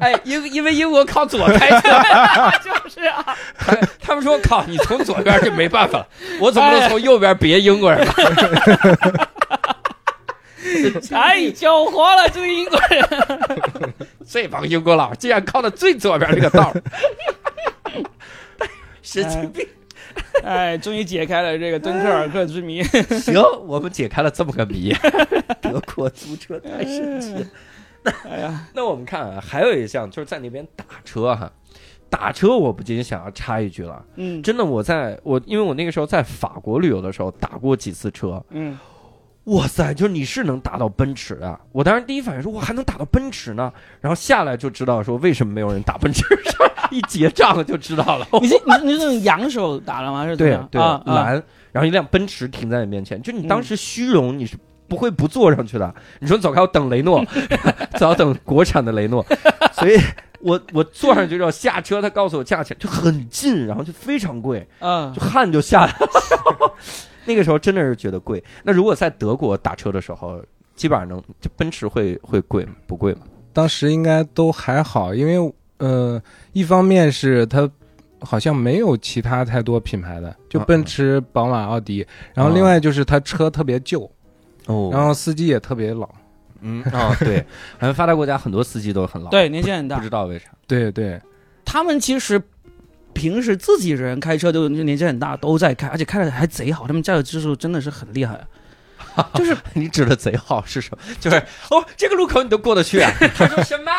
S1: 哎，因因为英国靠左开车，
S5: 就是啊，
S1: 他 他们说靠，你从左边就没办法了，我总不能从右边别英国人 吧？
S5: 太狡猾哎了，这个英国人。
S1: 这帮英国佬竟然靠到最左边这个道儿， 神经病！
S5: 哎，终于解开了这个敦刻尔克之谜。
S1: 行，我们解开了这么个谜， 德国租车太神奇了。
S5: 哎呀，
S1: 那我们看啊，还有一项就是在那边打车哈，打车我不禁想要插一句了，
S5: 嗯
S1: 真的我在我因为我那个时候在法国旅游的时候打过几次车，
S5: 嗯，
S1: 哇塞，就是你是能打到奔驰的。我当时第一反应说，我还能打到奔驰呢。然后下来就知道说为什么没有人打奔驰，一结账就知道了。
S5: 你是你是你是那种扬手打了吗？还是怎么
S1: 对
S5: 样
S1: 对，
S5: 啊啊！嗯
S1: 蓝，然后一辆奔驰停在你面前，就你当时虚荣，你是不会不坐上去的。你说走开，我等雷诺， 早等国产的雷诺，所以。我我坐上去之后下车，他告诉我价钱就很近，然后就非常贵，
S5: 嗯
S1: 就汗就下来了。 那个时候真的是觉得贵。那如果在德国打车的时候，基本上能，就奔驰会会贵吗？不贵吗？
S6: 当时应该都还好，因为呃，一方面是它好像没有其他太多品牌的，就
S1: 嗯
S6: 奔驰、宝马、奥迪，然后
S1: 嗯
S6: 另外就是它车特别旧，
S1: 哦
S6: 然后司机也特别老。
S1: 嗯哦对，好像发达国家很多司机都很老，，
S5: 对，年纪很
S1: 不
S5: 大
S1: 知。道为啥。
S6: 对对，
S5: 他们其实平时自己人开车都年纪很大，都在开，而且开的还贼好。他们驾驶技术真的是很厉害。
S1: 就是 你指的贼好是什么？就是哦，这个路口你都过得 去啊？他说什么？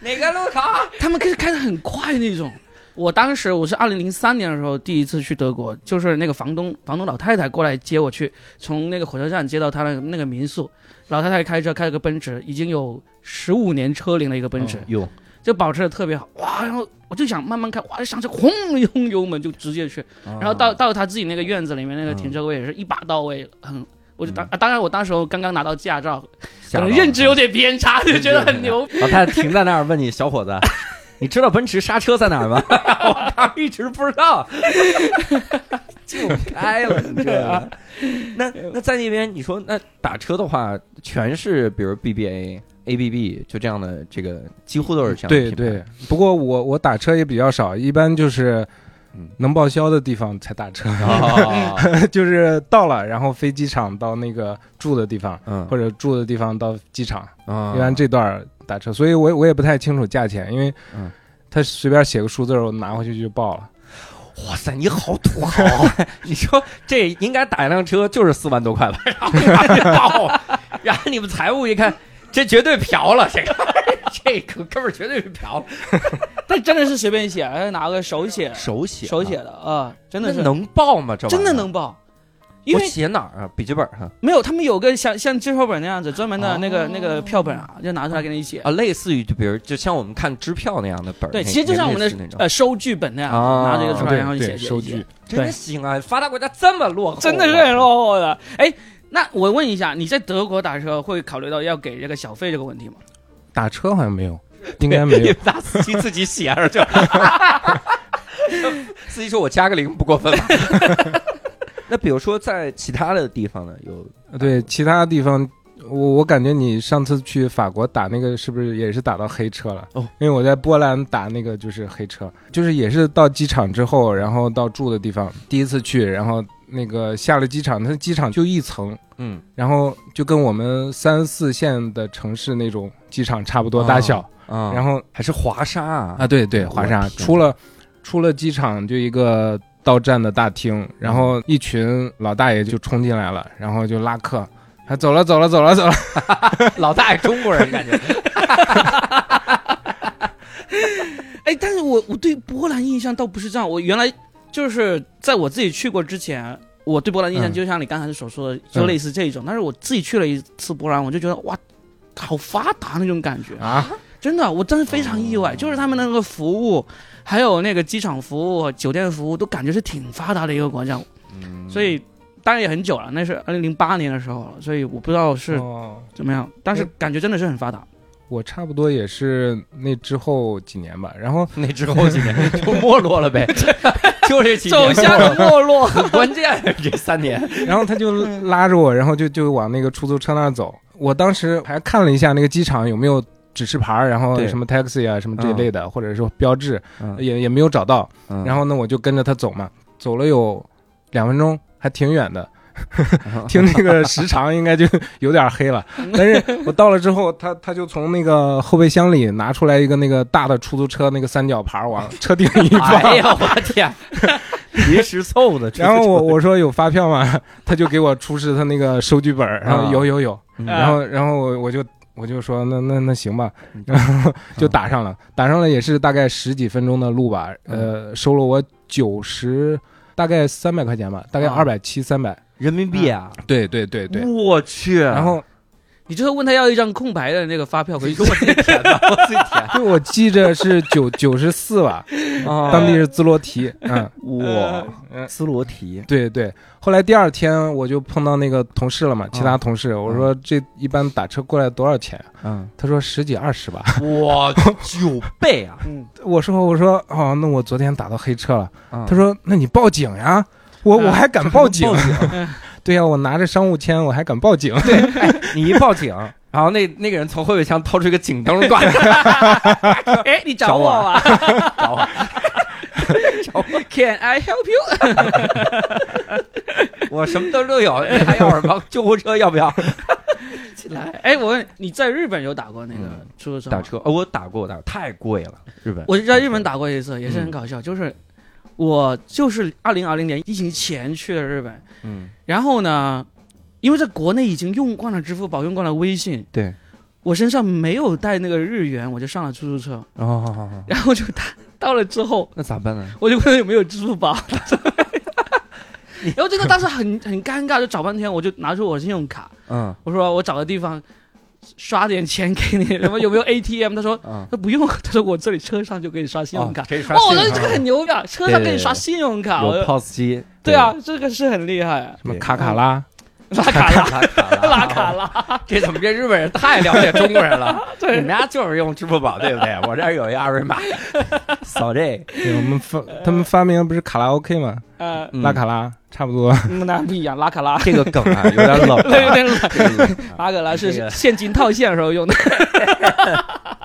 S1: 哪个路口？
S5: 他们开开的很快那种。我当时我是二零零三年的时候第一次去德国，就是那个房东房东老太太过来接我去，从那个火车站接到她那个那个民宿，老太太开车开了个奔驰，已经有十五年车龄的一个奔驰，
S1: 有
S5: 就保持的特别好哇，然后我就想慢慢开，哇，上车轰一轰油门就直接去，
S1: 哦
S5: 然后到到他自己那个院子里面那个停车位也是一把到位，很。我就当、啊当然，我当时我刚刚拿到驾照，嗯可能认知有点偏差，就觉得很牛
S1: 老太太哦停在那儿问你小伙子， 你知道奔驰刹车在哪儿吗？ 我当时一直不知道， 就开了你这个。那那在那边你说那打车的话，全是比如 BBA、ABB 就这样的，这个几乎都是这样
S6: 对
S1: 的品牌。
S6: 对，不过我我打车也比较少，一般就是
S1: 嗯
S6: 能报销的地方才打车，
S1: 哦，
S6: 就是到了，然后飞机场到那个住的地方，
S1: 嗯，
S6: 或者住的地方到机场，
S1: 啊
S6: 一般这段儿打车，所以我也我也不太清楚价钱，因为
S1: 嗯
S6: 他随便写个数字儿，我拿回去就报了。
S1: 哇塞，你好土豪！啊 你说这应该打一辆车就是四万多块吧，然后给他给报，啊然后你们财务一看，这绝对嫖了，这个这个哥们儿绝对是嫖了，
S5: 但真的是随便写，拿个手写，
S1: 手写
S5: 手写的啊，真的
S1: 那
S5: 是
S1: 能报吗？这玩意儿
S5: 真的能报，因
S1: 我
S5: 为
S1: 写哪儿啊？笔记本上
S5: 没有他们有个像像记票本那样子专门
S1: 哦
S5: 的那个那个票本啊，就拿出来给你写。
S1: 啊，类似于就比如就像我们看支票那样的本儿，
S5: 对，
S1: 那
S5: 其实就像我
S1: 类
S5: 们
S1: 似那
S5: 的
S1: 种。
S5: 呃收据本那样，
S1: 哦
S5: 拿这个出来
S6: 对
S5: 然后写
S6: 对，
S5: 写
S6: 收
S5: 写
S6: 据，
S1: 真行啊！发达国家这么落后啊，
S5: 真的是很落后的。哎，那我问一下，你在德国打车会考虑到要给这个小费这个问题吗？
S6: 打车好像没有，应 该没有。
S1: 大司机自己写上就。 司机说：“我加个零不过分吧？” 那比如说在其他的地方呢，有
S6: 对，其他地方，我我感觉你上次去法国打那个是不是也是打到黑车了？
S1: 哦，
S6: 因为我在波兰打那个就是黑车，就是也是到机场之后，然后到住的地方，第一次去，然后那个下了机场，它机场就一层，
S1: 嗯
S6: 然后就跟我们三四线的城市那种机场差不多大小，
S1: 啊
S6: 然后
S1: 还是华沙啊
S6: 啊，对对，华
S1: 我
S6: 沙
S1: 天
S6: 出了出了机场就一个到站的大厅，然后一群老大爷就冲进来了，然后就拉客，他走了走了走了走了，
S1: 老大爷中国人感觉，
S5: 哎，但是我我对波兰印象倒不是这样，我原来就是在我自己去过之前，我对波兰印象
S6: 嗯
S5: 就像你刚才所说的，就类似这种。但是我自己去了一次波兰，我就觉得哇，好发达那种感觉，
S6: 啊，
S5: 真的，我真的非常意
S6: 哦
S5: 外，就是他们那个服务，还有那个机场服务、酒店服务，都感觉是挺发达的一个国家，
S6: 嗯
S1: 嗯
S5: 所以。当然也很久了，那是二零零八年的时候了，所以我不知道是
S6: 哦
S5: 怎么样，但是
S6: 哎
S5: 感觉真的是很发 达。
S6: 我差不多也是那之后几年吧，然后
S1: 那之后几年就没落了呗， 就这几年
S5: 了没 落，
S1: 很关键啊是这三年，
S6: 然后他就拉着我，然后就就往那个出租车那儿走。我当时还看了一下那个机场有没有指示牌儿，然后
S1: 对
S6: 什么 taxi 啊什么这一类的，或者说标志，
S1: 嗯
S6: 也也没有找到。然
S1: 后
S6: 后呢，我就跟着他走嘛，走了有两分钟，还挺远的。听那个时长应该就有点黑了，但是我到了之后，他他就从那个后备箱里拿出来一个那个大的出租车那个三角牌儿往车顶一
S5: 啊
S6: 放，
S1: 哎呀，我天，临时凑的，
S6: 然 后我我说有发票吗？ 他就给我出示他那个收据本儿，然后有有有，
S1: 嗯
S6: 然后然后我我就我就说那那那行吧，然后就打上了，打上了也是大概十几分钟的路吧，呃，收了我九十。大概三百块钱吧，大概
S1: 啊
S6: 二百七、三百。
S1: 人民币啊，
S6: 对对对对。
S1: 我去，
S6: 然后
S5: 你就是问他要一张空白的那个发票回
S1: 你
S5: 去
S1: 给我自己填吧，我自己填。
S6: 对我记着是九九十四吧，
S1: 哦啊
S6: 当地是兹罗提。嗯，
S1: 哇，
S6: 嗯
S1: 斯罗提，
S6: 对对，后来第二天我就碰到那个同事了嘛，其他同事，我说这一般打车过来多少钱？啊
S1: 嗯，
S6: 他说十几二十吧。
S1: 哇，九倍啊！
S6: 我说我说哦，那我昨天打到黑车了。
S1: 他
S6: 他说那你报警呀？我我还敢报警？
S1: 报警，
S6: 对呀、我拿着商务签，我还敢报警？
S1: 对，哎，你一报警，然后那那个人从后备箱掏出一个警灯挂在
S5: 哎，你
S1: 找
S5: 找
S1: 我啊
S5: 我吧
S1: 找 我，
S5: ，Can I help you？
S1: 我什么都都有，你 还要什么？救护车要不要？
S5: 起来，哎，我问你，你在日本有打过那个
S1: 嗯
S5: 出租车吗？
S1: 打车，哦我打过，我打过，太贵了，日本。
S5: 我就在日本打过一次，也是
S1: 嗯
S5: 很搞笑，就是我就是二零二零年疫情前去的日本，
S1: 嗯，
S5: 然后呢，因为在国内已经用惯了支付宝，用惯了微信，
S1: 对，
S5: 我身上没有带那个日元，我就上了出租车，
S1: 哦，
S5: 然后就打到了之后，
S1: 那咋办呢？
S5: 我就问他有没有支付宝。 然后真的当时很很尴尬，就找半天，我就拿出我的信用卡，
S1: 嗯
S5: 我说我找个地方刷点钱给你，什么有没有 ATM？他说
S1: 嗯，
S5: 他不用，啊他说我这里车上就可以刷信用卡。
S1: 可以刷
S5: 哦，我
S1: 信
S5: 说
S1: 用
S5: 这个
S1: 卡。
S5: 很牛逼，啊，车上可以刷信用卡。我
S1: 有
S5: 就
S1: POS 机，
S5: 对啊，，这个是很 厉害啊，
S6: 什么卡卡拉？
S5: 拉卡
S1: 卡拉
S5: 拉，
S1: 卡拉
S5: 拉卡拉，
S1: 这怎么这日本人太了解中国人 了？你
S5: 对
S1: 们，家就是用支付宝对不对？我这儿有一二维码， 扫这个，
S6: 对我们发他们发明不是卡拉 OK 吗？
S5: 呃，
S6: 拉卡拉差不多。
S5: 嗯那不一样，拉卡拉
S1: 这个梗啊，有点 冷
S5: 对对对，
S1: 啊。
S5: 拉卡拉
S1: 这个
S5: 是现金套现的时候用的。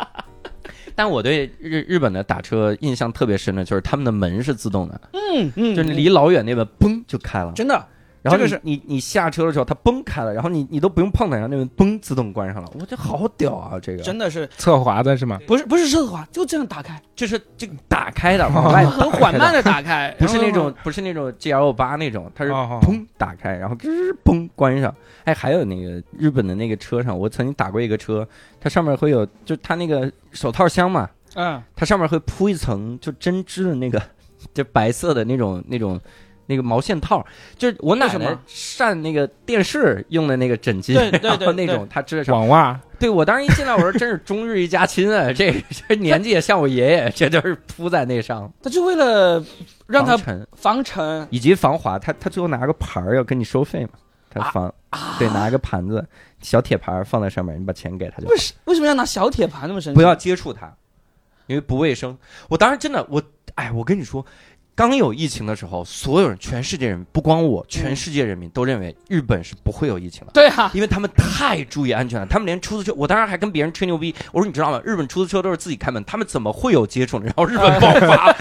S1: 但我对日日本的打车印象特别深的就是他们的门是自动的，
S5: 嗯嗯，
S1: 就是你离老远那边嘣就开了，
S5: 真的，
S1: 然后
S5: 这个
S1: 你
S5: 是
S1: 你你下车的时候它嘣开了，然后你你都不用碰它，然后那边嘣自动关上了，我这好屌啊！这个
S5: 真的是
S6: 侧滑的是吗？
S5: 不是不是奢华，就这样打开，
S1: 就是这个打开 的，往外打开的
S5: 很缓慢的打开，
S1: 不是
S5: 然后
S1: 那种不是那种 G L 八那种，它是
S6: 哦哦
S1: 砰打开，然后吱砰关上。哎，还有那个日本的那个车上，我曾经打过一个车，它上面会有，就它那个手套箱嘛，
S5: 嗯，
S1: 它上面会铺一层就针织的那个， 就白色的那种那种那个毛线套，就是我奶
S5: 为什
S1: 奶
S5: 么
S1: 扇那个电视用的那个枕巾，
S5: 对对对
S1: 然后那
S5: 对
S1: 种它织得上。
S6: 网袜。
S1: 对我当时一进来，我说真是中日一家亲啊， 这这年纪也像我爷爷，这就是铺在那上，
S5: 他就为了让他
S1: 防尘
S5: 防尘
S1: 以及防滑，他他最后拿个牌儿要跟你收费嘛，他
S5: 啊
S1: 防、对拿个盘子小铁盘儿放在上面，你把钱给他就好
S5: 为什为什么要拿小铁盘那么神奇？
S1: 不要接触它，因为不卫生。我当时真的我哎，我跟你说，刚有疫情的时候，所有人全世界人不光我，全世界人民都认为日本是不会有疫情的。
S5: 对啊，
S1: 因为他们太注意安全了，他们连出租车，我当时还跟别人吹牛逼，我说你知道吗？日本出租车都是自己开门，他们怎么会有接触呢？然后日本爆发 了，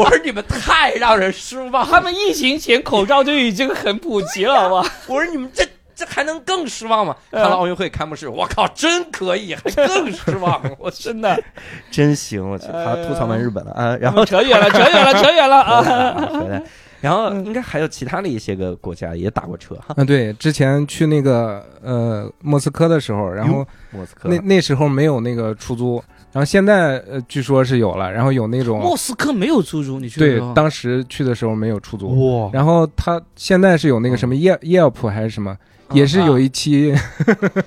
S1: 我说你们太让人失望了。
S5: 他们疫情前口罩就已经很普及了，好吧？
S1: 我说你们这这还能更失望吗？看了
S5: 嗯
S1: 奥运会开幕式，我靠，真可以，还更失望，我
S5: 真的，
S1: 真行，我去，
S5: 哎呀
S1: 好吐槽完日本了啊，然后
S5: 我 们扯远了，扯远了，扯远了啊！
S1: 回来。然后
S6: 嗯
S1: 应该还有其他的一些个国家也打过车哈，
S6: 啊，对，之前去那个呃莫斯科的时候，然后
S1: 莫斯科
S6: 那那时候没有那个出租，然后现在呃据说是有了，然后有那种
S5: 莫斯科没有出租，你去的
S6: 对
S5: 时候，
S6: 当时去的时候没有出租，
S3: 哇，
S6: 然后他现在是有那个什么 Ye Yelp 还是什么，也是有一期，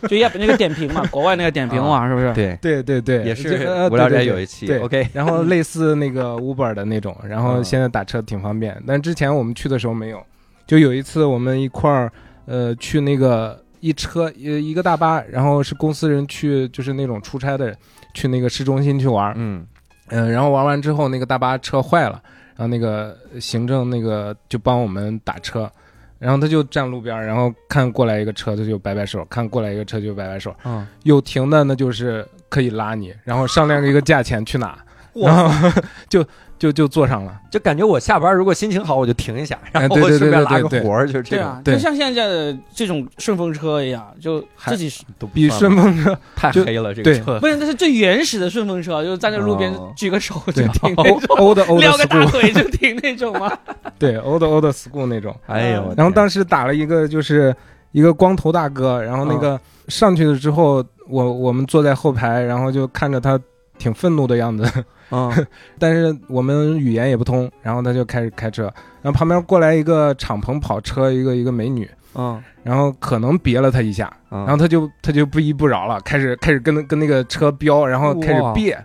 S5: 就要那个点评嘛，国外那个点评嘛，是不是？
S1: 对
S6: 对对对，
S1: 也是
S6: 这呃
S1: 无聊
S6: 对
S1: 斋
S6: 对
S1: 有
S6: 对
S1: 一期
S6: 对
S1: OK
S6: 然后类似那个 Uber 的那种，然后
S1: 嗯
S6: 现在打车挺方便，但之前我们去的时候没有。就有一次我们一块儿，呃，去那个一车呃一一个大巴，然后是公司人去，就是那种出差的人去那个市中心去玩，
S1: 嗯
S6: 嗯、然后玩完之后那个大巴车坏了，然后那个行政那个就帮我们打车。然后他就站路边儿，然后看过来一个车，他就摆摆手；看过来一个车就摆摆手。
S3: 嗯，
S6: 有停的那就是可以拉你，然后商量一个价钱去哪，
S1: 哇
S6: 然后 就就就坐上了。
S1: 就感觉我下班如果心情好我就停一下，然后
S6: 哎对
S1: 我
S6: 对
S1: 顺便
S6: 对对
S1: 拉个
S6: 对对
S1: 活儿，就是这
S5: 对
S1: 种
S5: 啊，
S6: 对
S5: 就像现在的这种顺风车一样，就自己
S1: 都不
S6: 比
S1: 算
S6: 顺
S1: 了
S6: 风车
S1: 太
S6: 就
S1: 黑了这个
S6: 对
S1: 车
S5: 不是那是最原始的顺风车，就是站在路边
S1: 哦
S5: 举个手就
S6: 对哦
S5: 停那
S6: 欧
S5: 种，
S6: 欧的欧的
S5: 撩个大
S6: school，
S5: 腿就停那种吗？
S6: 对欧的欧的 school 那种。
S1: 哎呦，
S6: 然后当
S1: 时
S6: 时打了一个就是一个光头大哥，然后那个上去了之后，我我们坐在后排，然后就看着他挺愤怒的样子，
S1: 嗯
S6: 但是我们语言也不通，然后他就开始开车，然后旁边过来一个敞篷跑车，一个一个美女，
S1: 嗯，
S6: 然后可能别了他一下，
S1: 然
S6: 嗯然 后他就他就不依不饶了，开始开始跟那跟那个车飙，然后开始
S1: 哇嗯
S6: 别，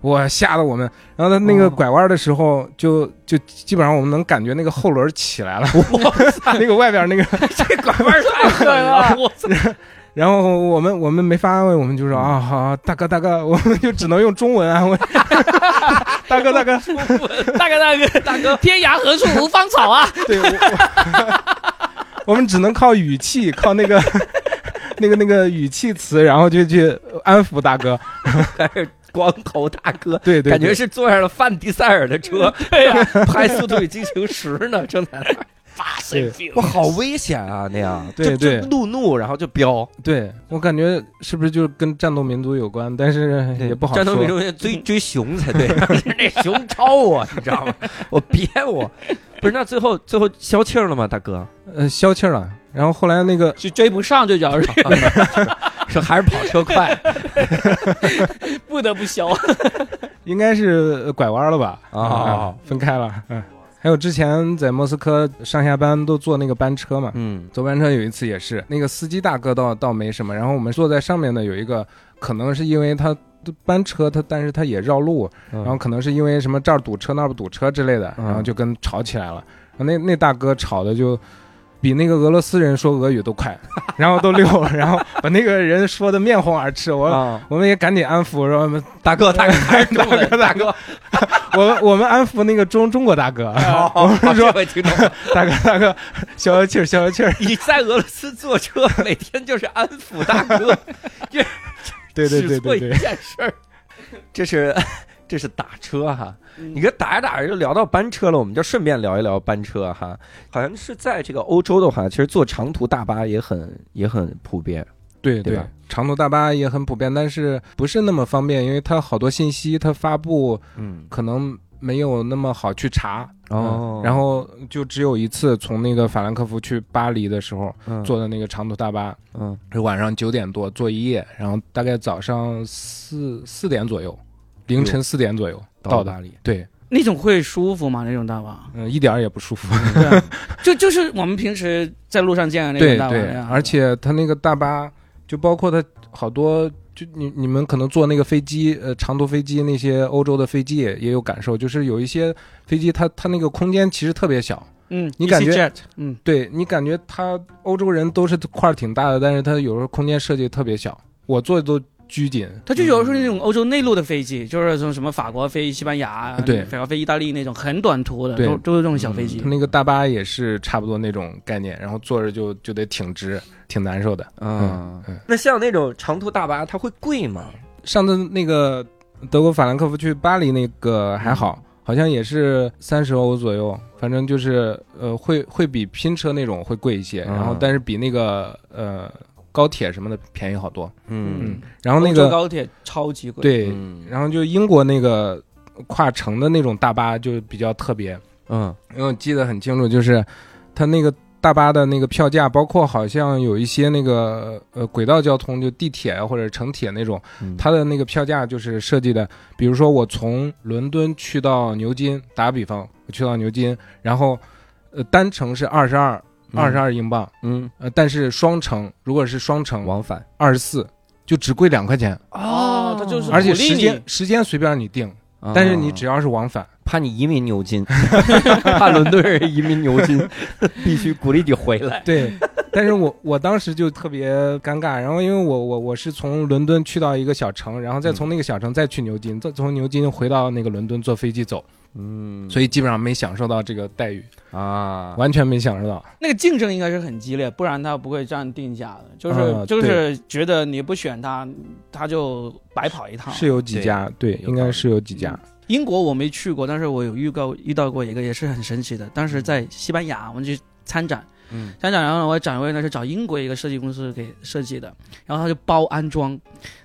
S6: 我吓得我们。然后他那个拐弯的时候，就就基本上我们能感觉那个后轮起来了， 那个外边那个这拐弯儿。
S5: 太狠了！我操！
S6: 然后我们我们没法安慰，我们就说啊好啊大哥大哥， 我们就只能用中文安慰。 大 哥大哥，
S5: 大哥大哥大哥，天涯何处无芳草啊！
S6: 对，我 我我们只能靠语气，靠那个 那个那个语气词，然后就去安抚大哥。
S1: 还是光头大哥，
S6: 对对对，
S1: 感觉是坐上了范迪塞尔的 车，对呀，拍《速度与激情十》呢，正在那儿，
S5: 发神经
S1: 哇，好危险啊，那样，
S6: 对
S1: 就就
S6: 对
S1: 路怒然后就飙，
S6: 对我感觉是不是就是跟战斗民族有关，但是也不好说。
S1: 战斗民族追追熊才 对，那熊超我，你知道吗？我憋我，不是那最后最后消气儿了吗？大哥，
S6: 呃消气儿了，然后后来那个
S5: 就追不上，就叫
S1: 说还是跑车 快
S5: 不得不消。
S6: 应该是呃拐弯了吧？
S1: 啊
S6: 分开了。嗯，还有之前在莫斯科上下班都坐那个班车嘛，
S1: 嗯
S6: 坐班车有一次也是，那个司机大哥倒倒没什么，然后我们坐在上面的有一个，可能是因为他班车他，但是他也绕路，啊
S1: 嗯
S6: 然后可能是因为什么这儿堵车那儿不堵车之类的，
S1: 嗯
S6: 然后就跟吵起来了。然后那那大哥吵的就比那个俄罗斯人说俄语都 快，然后都溜了，然后把那个人说的面红耳赤。我、
S1: 啊，
S6: 我们也赶紧安抚，说我们
S1: 大哥 大哥还是中文大 哥，
S6: 我们我们安抚那个中中国大哥，
S1: 我们说位听众，
S6: 大哥大哥消消气儿消 消气儿。
S1: 你在俄罗斯坐车，每天就是安抚大哥，
S6: 对对对
S1: 只做
S6: 对
S1: 一
S6: 对，
S1: 件事儿，这是这是打车哈。你这打着打着就聊到班车了，我们就顺便聊一聊班车哈。好像是在这个欧洲的话，其实坐长途大巴也很也很普遍。
S6: 对
S1: 对
S6: 对
S1: 吧，
S6: 长途大巴也很普遍，但是不是那么方便，因为它好多信息它发布
S1: 嗯，
S6: 可能没有那么好去查。
S1: 哦
S6: 嗯然后就只有一次从那个法兰克福去巴黎的时候坐的那个长途大巴，
S1: 嗯
S6: 是晚上九点多坐一夜，然后大概早上四四点左右，凌晨四点左右到达。
S1: 巴黎，
S6: 对，
S5: 那种会舒服吗？那种大巴？
S6: 嗯，一点儿也不舒服。
S5: 对 啊，就就是我们平时在路上见的那
S6: 对
S5: 种大巴
S6: 对
S5: 那，样
S6: 而且它那个大巴，就包括它好多，就你你们可能坐那个飞机，呃，长途飞机那些欧洲的飞机也也有感受，就是有一些飞机它它那个空间其实特别小，
S5: 嗯，
S6: 你感觉
S5: EasyJet，嗯，
S6: 对你感觉它欧洲人都是块儿挺大的，但是它有时候空间设计特别小，我坐都拘谨。
S5: 它就有时候那种欧洲内陆的飞机，就是从什么法国飞西班牙，
S6: 对
S5: 法国飞意大利那种很短途的，
S6: 对嗯
S5: 都都是这种小飞机
S6: 它。那个大巴也是差不多那种概念，然后坐着就就得挺直，挺难受的。
S1: 嗯
S6: 嗯，
S1: 那像那种长途大巴，它会贵吗？
S6: 上次那个德国法兰克福去巴黎那个还好，
S5: 嗯
S6: 好像也是三十欧左右，反正就是呃会会比拼车那种会贵一些，
S1: 嗯
S6: 然后但是比那个呃高铁什么的便宜好多。
S1: 嗯
S5: 嗯，
S6: 然后那
S5: 欧洲
S6: 个
S5: 高铁嗯超级贵，
S6: 对，然后就英国那个跨城的那种大巴就比较特别，
S1: 嗯
S6: 因为我记得很清楚，就是他那个大巴的那个票价，包括好像有一些那个呃轨道交通，就地铁啊或者城铁那种，
S1: 嗯
S6: 它的那个票价就是设计的，比如说我从伦敦去到牛津，打个比方，我去到牛津，然后呃单程是二十二
S5: 嗯
S6: 二十二英镑，
S1: 嗯
S6: 呃但是双程如果是双程
S1: 往返
S6: 二十四。就只贵两块钱，
S5: 哦他就是
S1: 而
S6: 而且
S5: 鼓励
S6: 时间
S5: 你
S6: 时间随便你定，但是你只
S1: 要
S6: 要是往返，
S1: 啊怕你移民牛 津，怕伦敦人移民牛 津，必须鼓励你回来。
S6: 对，但是我我当时就特别尴尬，然后因为我我我是从伦敦去到一个小城，然后再从那个小城再去牛津，再从牛津回到那个伦敦坐飞机走，
S1: 嗯
S6: 所以基本上没享受到这个待遇，
S1: 以啊，
S6: 完全没享受到。
S5: 那个竞争应该是很激烈，不然他不会这样定价的。就是、
S6: 啊
S5: 就是觉得你不选他，他就白跑一趟。
S6: 是有几家，对，
S1: 有
S6: 应
S1: 道
S6: 该
S1: 理
S6: 是有几家。
S5: 英国我没去过，但是我有遇到遇到过一个也是很神奇的。当时在西班牙，我们去参展，
S1: 嗯
S5: 参展，然后我展位呢是找英国一个设计公司给设计的，然后他就包安装，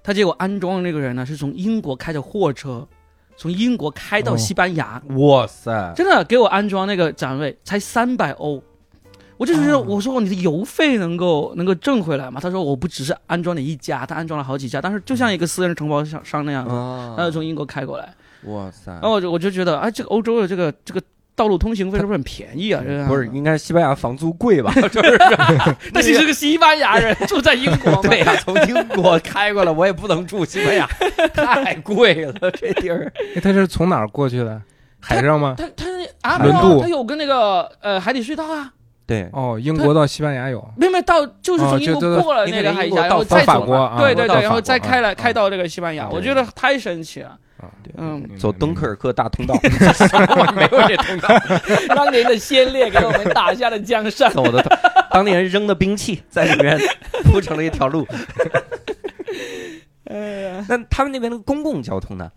S5: 他结果安装的那个人呢是从英国开着货车，从英国开到
S6: 哦
S5: 西班牙，
S1: 哇塞，
S5: 真的给我安装那个展位才三百欧。我就觉得，
S6: 哦
S5: 我说你的邮费能够能够挣回来吗？他说我不只是安装你一家，他安装了好几家，但是就像一个私人承包商商那样，
S1: 啊
S5: 他就从英国开过来。
S1: 哇塞
S5: 然，后我就我就觉得，哎，这个欧洲的这个这个道路通行费是不是很便宜啊？这样
S1: 不是，应该西班牙房租贵 吧？
S5: 但是是个西班牙人住在英国嘛，
S1: 对 呀、从英国开过来，我也不能住西班 牙，太贵了这地儿。
S6: 哎，他是从哪儿过去的？海上吗？
S5: 他他啊，
S6: 轮渡
S5: 没有他有跟那个呃海底隧道啊，
S1: 对，
S6: 哦，英国到西班牙有。
S5: 没有没有到就是
S6: 哦
S5: 从英
S6: 就
S5: 国
S6: 就
S5: 过了
S1: 你
S5: 那
S1: 看
S5: 个
S1: 人
S5: 海
S1: 英国
S5: 峡，然
S1: 到
S5: 后再
S1: 法
S6: 法
S5: 走
S6: 国啊
S5: 对
S6: 到
S5: 对
S1: 法
S5: 对，然后
S1: 国
S5: 再
S1: 啊
S5: 开来开到这个西班牙，
S1: 啊
S5: 我
S1: 对
S5: 觉得太神奇了。
S6: 啊
S1: 对
S5: 嗯，
S1: 走敦刻
S6: 克。
S1: 尔克大通道，没有这通道，
S5: 当年的先烈给我们打下了江山。
S1: 走的当地人扔的兵器在里面铺成了一条路。
S5: 哎
S1: 那他们那边的公共交通呢？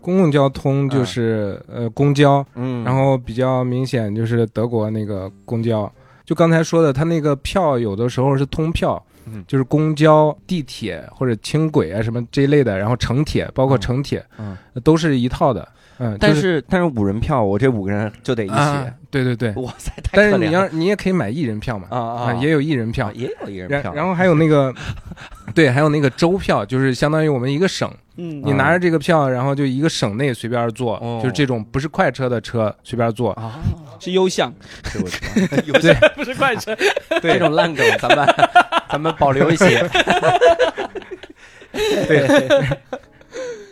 S6: 公共交通就
S1: 嗯
S6: 是呃公交，
S1: 嗯
S6: 然后比较明显就是德国那个公交，就刚才说的，它那个票有的时候是通票，
S1: 嗯
S6: 就是公交、地铁或者轻轨啊什么这一类的，然后城铁，包括
S1: 嗯
S6: 城铁，
S1: 嗯
S6: 呃都是一套的，嗯，
S1: 但
S6: 就是
S1: 但是五人票，我这五个人就得一起。
S6: 啊，对对对，
S1: 哇塞，太
S6: 但
S1: 可
S6: 是
S1: 怜
S6: 你
S1: 了
S6: 要你也可以买一人票嘛，
S1: 啊啊
S6: 也有一人票
S1: 啊，也有一人
S6: 然
S1: 票，
S6: 然后还有 那个，对，还有那个州票，就是相当于我们一个省。
S5: 嗯，
S6: 你拿着这个票，然后就一个省内随便坐，
S1: 哦
S6: 就是这种不是快车的车随便坐。
S1: 啊，
S5: 是优享，
S1: 这我知 道，有
S6: 对
S5: 不是快车。
S1: 对这种烂梗，咱们咱们保留一些。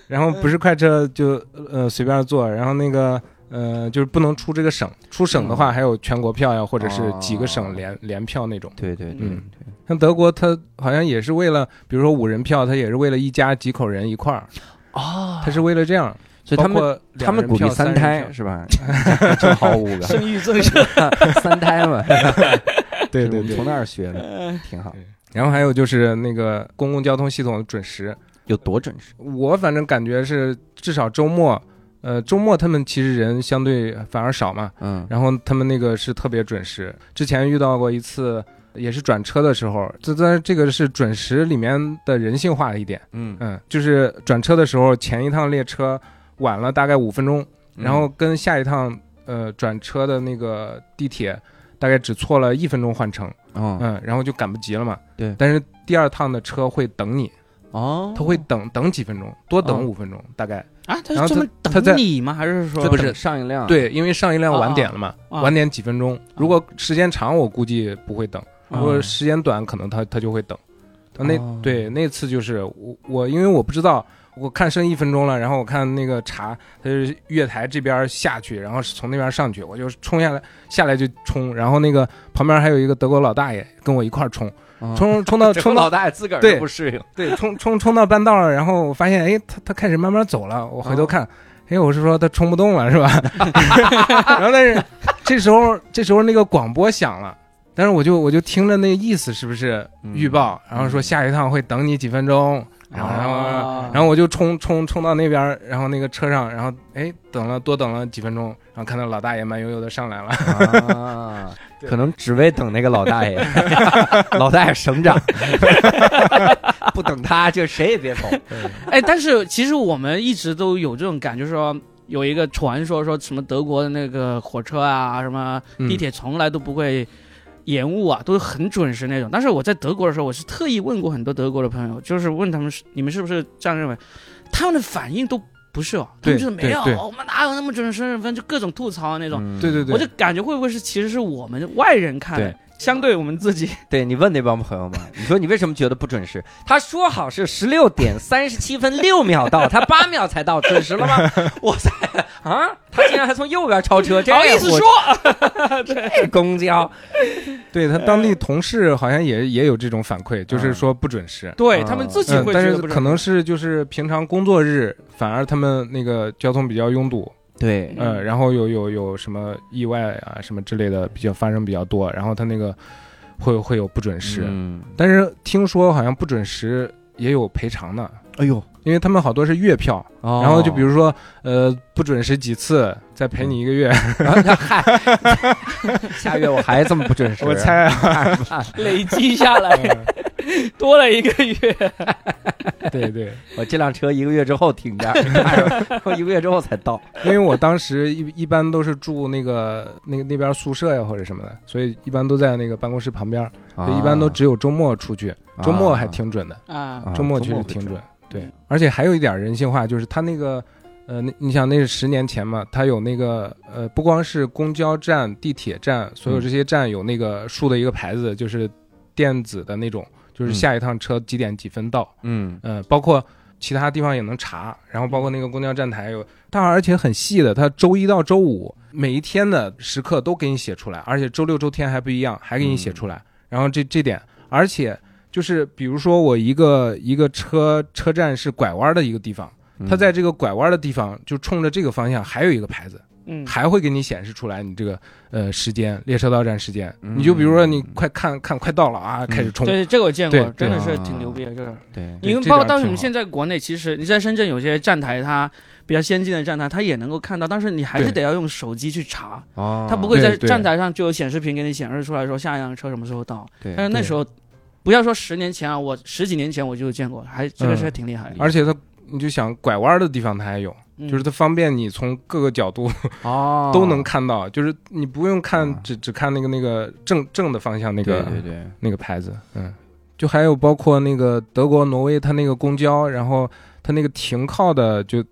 S6: 然后不是快车就呃随便坐，然后那个呃就是不能出这个省，出省的话
S1: 嗯
S6: 还有全国票呀，或者是几个
S1: 哦
S6: 省联联票那种。
S1: 对对对
S6: 嗯，像德国，它好像也是为了，比如说五人票，它也是为了一家几口人一块儿，
S1: 啊
S5: 哦
S6: 它是为了这样。
S1: 所以他们
S6: 包括
S1: 他
S6: 两人
S1: 们鼓励
S6: 票
S1: 三
S6: 人票
S1: 胎是 吧？正好 五个
S5: 生育政策，
S1: 三胎 嘛，
S6: 对
S1: 是
S6: 对
S1: 我们
S6: 对
S1: 从。那儿学的，
S5: 嗯
S1: 挺好。
S6: 然后还有就是那个公共交通系统的准时，
S1: 有多准时？
S6: 我反正感觉是至少周末，呃，周末他们其实人相对反而少嘛，
S1: 嗯
S6: 然后他们那个是特别准时。之前遇到过一次，也是转车的时候，这但是这个是准时里面的人性化一点，
S1: 嗯，
S6: 嗯，就是转车的时候前一趟列车晚了大概五分钟，然
S1: 嗯
S6: 后跟下一趟呃转车的那个地铁大概只错了一分钟换乘，
S1: 哦
S6: 嗯，然后就赶不及了嘛，
S1: 对
S6: 但是第二趟的车会等你，
S1: 哦
S6: 他会等等几分钟，多
S1: 哦
S6: 等五分钟大概。
S5: 啊，他
S6: 然
S5: 是
S6: 后
S5: 专门
S6: 他在
S5: 等你吗？还是说
S6: 不是
S1: 上一辆，
S6: 对，因为上一辆晚点了嘛，
S5: 啊啊
S6: 晚点几分钟。如果时间长，我估计不会等；
S1: 啊
S6: 如果时间短，可能他他就会等。那、
S1: 哦
S6: 对那次就是我我因为我不知道，我看剩一分钟了，然后我看那个查，他是月台这边下去，然后是从那边上去，我就冲下来，下来就冲，然后那个旁边还有一个德国老大爷跟我一块儿冲，
S1: 哦，
S6: 冲冲到
S1: 这
S6: 冲
S1: 老
S6: 到
S1: 大爷自个儿
S6: 对
S1: 都不适应，
S6: 对，冲冲冲到半道了，然后我发现，哎，他他开始慢慢走了，我回头看，哎，我是说他冲不动了，是吧？ 然后但是这时候这时候那个广播响了，但是我就我就听着那个意思是不是
S1: 嗯
S6: 预报，然后说下一趟会等你几分钟，然后然后、
S5: 啊
S6: 然后我就冲冲冲到那边儿，然后那个车上，然后哎等了多等了几分钟，然后看到老大爷慢悠悠的上来了，
S1: 啊， 可能只为等那个老 大爷，老大爷省长，不等他就谁也别走。
S6: 嗯
S5: 哎，但是其实我们一直都有这种感觉，说有一个传说说什么德国的那个火车啊，什么
S6: 嗯
S5: 地铁从来都不会延误啊，都是很准时那种。但是我在德国的时候，我是特意问过很多德国的朋友，就是问他们是你们是不是这样认为，他们的反应都不是哦，他们
S6: 对
S5: 就是没有，
S6: 对对
S5: 我们哪有那么准时分，就各种吐槽啊那种。
S6: 嗯 对对对，
S5: 我就感觉会不会是其实是我们外人看的
S1: 对，
S5: 相对我们自
S6: 啊
S5: 己，
S1: 对你问那帮朋友嘛，你说你为什么觉得不准时？他说好是十六点三十七分六秒到，他八秒才到，准时了吗？哇塞啊！他竟然还从右边超车，这
S5: 不好意思
S1: 我
S5: 说，
S1: 这公交
S6: 对他当地同事好像也也有这种反馈，就是说不准时。
S5: 对
S1: 嗯
S5: 他们自己
S6: 嗯，
S5: 会觉
S6: 但
S5: 得
S6: 是
S5: 不
S6: 可能是就是平常工作日，反而他们那个交通比较拥堵，
S1: 对
S5: 嗯
S6: 呃，然后有有有什么意外啊什么之类的比较发生比较多，然后他那个会会有不准时，
S1: 嗯
S6: 但是听说好像不准时也有赔偿的，
S1: 哎呦，
S6: 因为他们好多是月票，
S1: 哦
S6: 然后就比如说呃不准时几次再赔你一个月，
S1: 嗨， 下月我还这么不准时，
S6: 我猜啊，
S5: 累积下来
S1: 嗯
S5: 多了一个 月。
S6: 对对，
S1: 我这辆车一个月之后停这儿， 我一个月之后才到。
S6: 因为我当时一一般都是住那个那个那边宿舍呀或者什么的，所以一般都在那个办公室旁边，
S1: 啊
S6: 所以一般都只有周末出去，周末还挺准的。
S5: 啊，
S1: 啊
S6: 周末
S1: 周
S6: 确
S1: 末
S6: 实
S1: 会
S6: 挺
S1: 准
S6: 准，对
S5: 嗯。
S6: 而且还有一点人性化，就是他那个，呃，那你想那是十年前嘛，他有那个，呃，不光是公交站、地铁站，
S1: 嗯
S6: 所有这些站有那个竖的一个牌子，就是电子的那种，就是
S1: 嗯
S6: 下一趟车几点几分到，
S1: 嗯
S6: 呃，包括。其他地方也能查，然后包括那个公交站台有，它而且很细的，它周一到周五每一天的时刻都给你写出来，而且周六周天还不一样，还给你写出来。
S1: 嗯
S6: 然后这这点，而且就是比如说我一个一个车车站是拐弯的一个地方，
S1: 嗯
S6: 它在这个拐弯的地方就冲着这个方向还有一个牌子，
S5: 嗯，
S6: 还会给你显示出来你这个呃时间列车到站时间。
S1: 嗯
S6: 你就比如说你快看看快到了啊，开始冲，
S5: 对，这个我见过，
S6: 对
S5: 真的
S1: 对
S5: 是
S1: 啊
S5: 挺牛逼的这个。
S1: 对
S5: 因为
S6: 这
S5: 包括
S6: 点
S5: 当时
S6: 挺
S5: 我们
S6: 好
S5: 现在国内，其实你在深圳有些站台，它比较先进的站台，它也能够看到，但是你还是
S6: 对啊
S5: 得要用手机去查，
S1: 哦
S5: 它不会
S6: 对
S5: 在
S6: 对
S5: 站台上就有显示屏给你显示出来说下一辆车什么时候到。
S1: 对
S5: 但是那
S6: 对
S5: 时候，不要说十年前啊，我十几年前我就见过，还这个
S6: 嗯
S5: 是还挺厉害的。
S6: 而且它你就想拐弯的地方它还有。
S5: 嗯
S6: 就是它方便你从各个角度
S1: 哦
S6: 都能看到，就是你不用
S1: 啊
S6: 看只只看那个那个正正的方向那
S1: 对
S6: 个
S1: 对对，
S6: 那个牌子，嗯，就还有包括那个德国、挪威，它那个公交，然后它那个停靠的就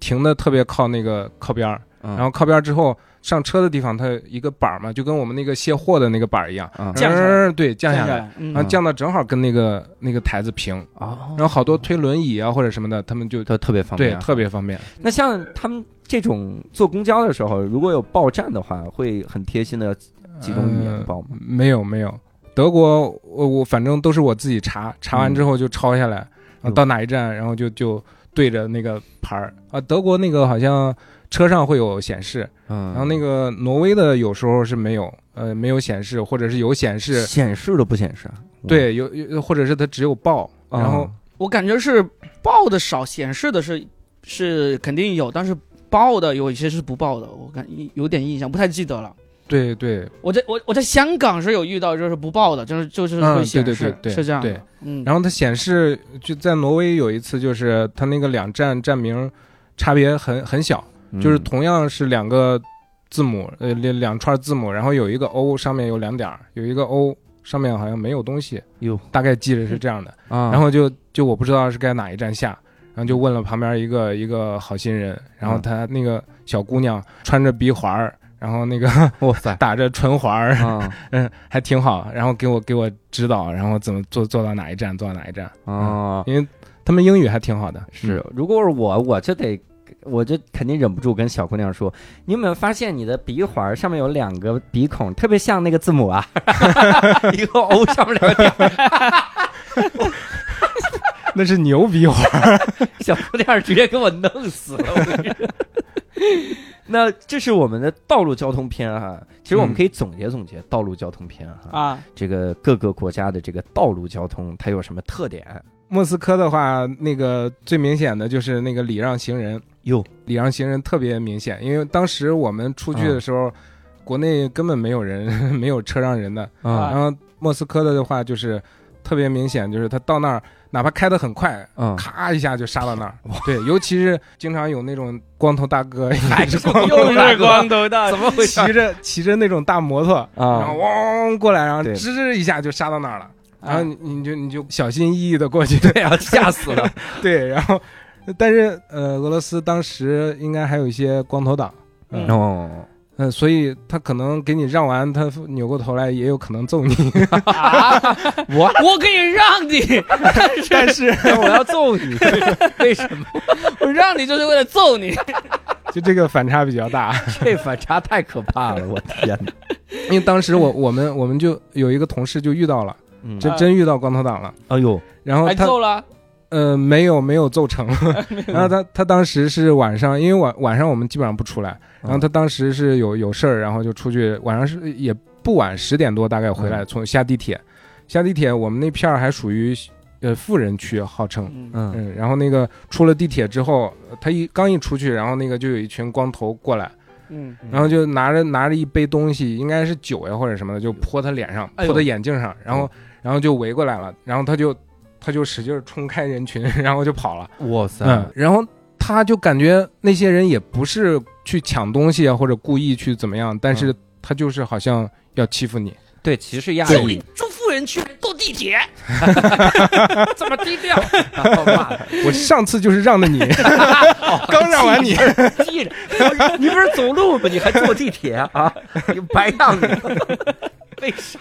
S6: 停的特别靠那个靠边儿，然
S1: 然
S6: 后靠边儿之后上车的地方它有一个板儿嘛，就跟我们那个卸货的那个板儿一样，
S1: 嗯
S5: 降下来
S6: 儿对降下
S5: 下
S6: 来，啊
S5: 来，嗯
S6: 然后降到正好跟那个那个台子平，
S1: 哦
S6: 然后好多推轮椅啊或者什么的，他们就
S1: 都特别方
S6: 对
S1: 便，啊
S6: 特别方便。
S1: 那像他们这种坐公交的时候，如果有报站的话，会很贴心的集中语言报吗？
S6: 呃没有没有，德国我我反正都是我自己查，查完之后就抄下来，
S1: 嗯
S6: 然后到哪一站，然后就就对着那个牌儿啊。德国那个好像车上会有显示，
S1: 嗯
S6: 然后那个挪威的有时候是没有，呃，没有显示，或者是有显示，
S1: 显示都不显示啊，
S6: 对，有有或者是它只有报，
S1: 嗯，
S6: 然后
S5: 我感觉是报的少，显示的是是肯定有，但是报的有一些是不报的，我感有点印象，不太记得了。
S6: 对对，
S5: 我在我我在香港是有遇到，就是不报的，就是就是
S6: 嗯
S5: 会显
S6: 对对
S5: 示，
S6: 对对
S5: 是这样的
S6: 对
S5: 嗯，
S6: 然后它显示就在挪威有一次就是它那个两站站名差别很很小。
S1: 嗯
S6: 就是同样是两个字母，呃，两两串字母，然后有一个 O 上面有两点儿，有一个 O 上面好像没有东西，
S1: 嗯哟
S6: 大概记着是这样的。
S1: 啊，
S6: 然后就就我不知道是该哪一站下，然后就问了旁边一个一个好心人，然后
S1: 嗯
S6: 她那个小姑娘穿着鼻环儿，然后那个
S1: 哇塞
S6: 打着唇环儿，
S1: 啊
S6: 嗯，还挺好，然后给我给我指导，然后怎么坐坐到哪一站，坐到哪一站，
S1: 啊，
S6: 因为他们英语还挺好的，嗯
S1: 是，如果是我，我就得。我就肯定忍不住跟小姑娘说：“你有没有发现你的鼻环儿上面有两个鼻孔，特别像那个字母啊？ 一个 O 上面两个点儿。
S6: 那是牛鼻环儿，”
S1: 小姑娘直接给我弄死了。我跟你说那这是我们的道路交通篇哈、其实我们
S6: 嗯
S1: 可以总结总结道路交通篇哈、
S5: 啊，
S1: 这个各个国家的这个道路交通它有什么特点？
S6: 莫斯科的话，那个最明显的就是那个礼让行人，
S1: 哟，
S6: 礼让行人特别明显，因为当时我们出去的时候，国内根本没有人 没有车让人的，
S1: 啊
S6: 然后莫斯科的话就是特别明显，就是他到那儿哪怕开得很快，
S1: 嗯，
S6: 咔一下就杀到那儿。对，尤其是经常有那种光头大哥，还是光头
S1: 又
S6: 大
S1: 是
S6: 哥，
S1: 光头大，怎么回事
S6: 骑着骑着那种大摩托，然
S1: 啊
S6: 后？汪过来，然后
S1: 对
S6: 吱一下就杀到那儿了。然后
S5: 啊
S6: 你你就你就小心翼翼的过去，
S1: 对啊，吓死了！
S6: 对，然后但是呃，俄罗斯当时应该还有一些光头党，
S5: 嗯
S1: 哦，
S6: 嗯，所以他可能给你让完，他扭过头来也有可能揍你。
S1: 我
S5: 啊我可以让你，
S6: 但是
S1: 我要揍你， 为什么？
S5: 我让你就是为了揍你。
S6: 就这个反差比较大，
S1: 这反差太可怕了，我天哪！
S6: 因为当时我我们我们就有一个同事就遇到了，
S1: 嗯
S6: 真真遇到光头党了。
S1: 哎呦，
S6: 然后
S5: 还
S6: 他
S5: 揍了，
S6: 呃没有没有 揍成，然后他他当时是晚上，因为晚晚上我们基本上不出来，
S1: 嗯
S6: 然后他当时是有有事儿，然后就出去，晚上是也不晚十点多大概回来，
S1: 嗯
S6: 从下地铁，下地铁我们那片儿还属于呃富人区，号称。
S5: 嗯
S1: 嗯
S6: 嗯，然后那个出了地铁之后，他一刚一出去，然后那个就有一群光头过来，
S5: 嗯，
S6: 然后就拿着拿着一杯东西，应该是酒呀或者什么的，就泼他脸上，
S5: 哎呦
S6: 泼他眼镜上，然后然后就围过来了，然后他就他就使劲儿冲开人群， 然后就跑了。
S1: 哇塞，
S6: 嗯，然后他就感觉那些人也不是去抢东西啊，或者故意去怎么样，但是他就是好像要欺负你。
S1: 对，歧视亚
S5: 就
S1: 裔
S5: 你，住富人区还坐地铁，这么低调，
S6: 我上次就是让的你， 刚让完你，
S1: 记着，你不是走路吗？你还坐地铁啊？啊 你白让你了，为啥？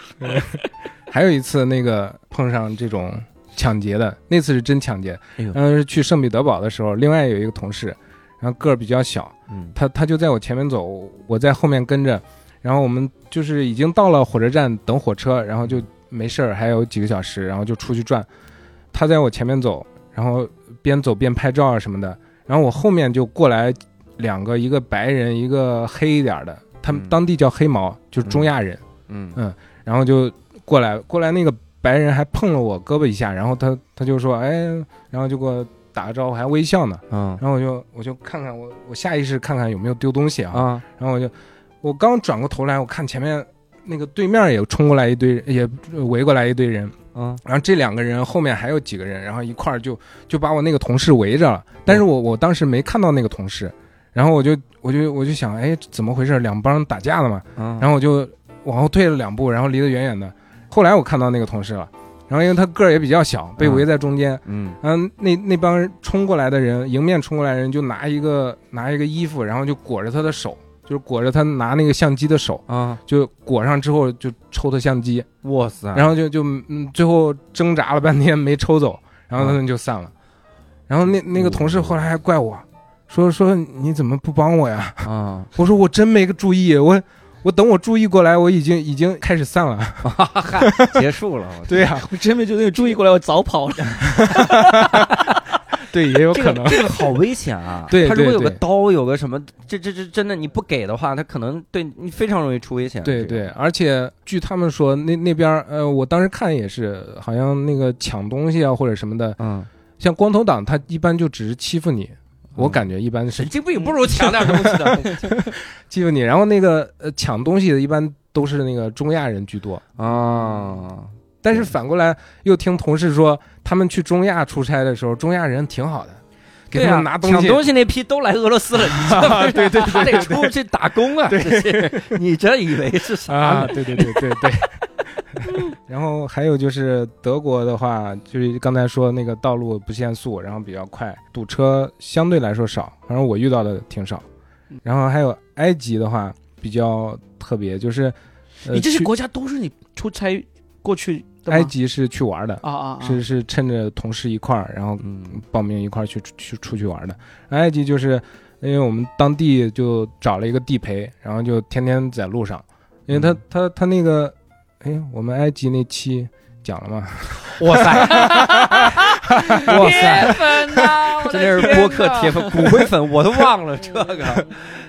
S6: 还有一次那个碰上这种抢劫的，那次是真抢劫
S1: 哎呦，
S6: 然后是去圣彼得堡的时候，另外有一个同事，然后个儿比较小，
S1: 嗯
S6: 他他就在我前面走，我在后面跟着，然后我们就是已经到了火车站等火车，然后就没事儿，还有几个小时，然后就出去转。他在我前面走，然后边走边拍照啊什么的，然后我后面就过来两个，一个白人，一个黑一点儿的，他们
S1: 嗯
S6: 当地叫黑毛，就是中亚人。
S1: 嗯
S6: 然后就过来过来那个白人还碰了我胳膊一下，然后他他就说哎，然后就给我打个招呼，还微笑呢。
S1: 嗯
S6: 然后我就我就看看我我下意识看看有没有丢东西啊，
S1: 啊
S6: 然后我就我刚转过头来，我看前面那个对面也冲过来一堆，也围过来一堆人。
S1: 嗯
S6: 然后这两个人后面还有几个人，然后一块儿就就把我那个同事围着了。但
S1: 嗯
S6: 是我我当时没看到那个同事，然后我就我就我就想，哎，怎么回事？两帮打架了嘛？
S1: 嗯
S6: 然后我就往后退了两步，然后离得远远的。后来我看到那个同事了，然后因为他个儿也比较小，被围在中间。
S1: 嗯
S6: 嗯，那那帮人冲过来的人，迎面冲过来的人就拿一个拿一个衣服，然后就裹着他的手，就是裹着他拿那个相机的手，
S1: 啊，
S6: 就裹上之后就抽他相机，
S1: 哇塞，
S6: 然后就就嗯，最后挣扎了半天没抽走，然后他们就散了。然后那那个同事后来还怪我，说说你怎么不帮我呀？
S1: 后啊，
S6: 我说我真没个注意，我我等我注意过来，我已经已经开始散了。
S1: 结束了，我
S6: 对啊呀、
S5: 我真没觉得你注意过来，我早跑了。
S6: 对，也有
S1: 这
S6: 可
S1: 个
S6: 能。
S1: 这个好危险啊！
S6: 对
S1: 他如果
S6: 对
S1: 有个
S6: 对
S1: 刀，有个什么，这这这真的你不给的话，他可能对你非常容易出危险。啊
S6: 对
S1: 这个，
S6: 对，而且据他们说，那那边儿呃，我当时看也是，好像那个抢东西啊或者什么的，
S1: 嗯，
S6: 像光头党，他一般就只是欺负你，
S1: 嗯
S6: 我感觉一般是
S1: 神经病不如抢点东西的
S6: 欺负你。然后那个呃抢东西的，一般都是那个中亚人居多，
S1: 啊。
S6: 但是反过来又听同事说，他们去中亚出差的时候，中亚人挺好的，给
S1: 对
S6: 他
S1: 啊，
S6: 们拿东
S1: 抢
S6: 西。
S1: 东西那批都来俄罗 斯了，你这不是对对，他得出去打工啊！这些你这以为是啥
S6: 啊，
S1: 呢？
S6: 对对对对对。 然后还有就是德国的话，就是刚才说那个道路不限速，然后比较快，堵车相对来说少，反正我遇到的挺少。
S5: 嗯
S6: 然后还有埃及的话比较特别，就是、呃、
S5: 你这是
S6: 去
S5: 国家都是你出差过去的吗
S6: 埃及是去玩的，
S5: 啊啊啊！
S6: 是是趁着同事一块儿，然后
S1: 嗯
S6: 报名一块儿去出去出去玩的。埃及就是因为我们当地就找了一个地陪，然后就天天在路上，因为他、
S1: 嗯
S6: 他他那个，哎，我们埃及那期讲了嘛，
S1: 哇 塞，哇塞，
S5: 粉呐，我的
S1: 真啊的啊是
S5: 天
S1: 播客
S5: 呐
S1: 铁粉、骨灰粉，我都忘 了这个。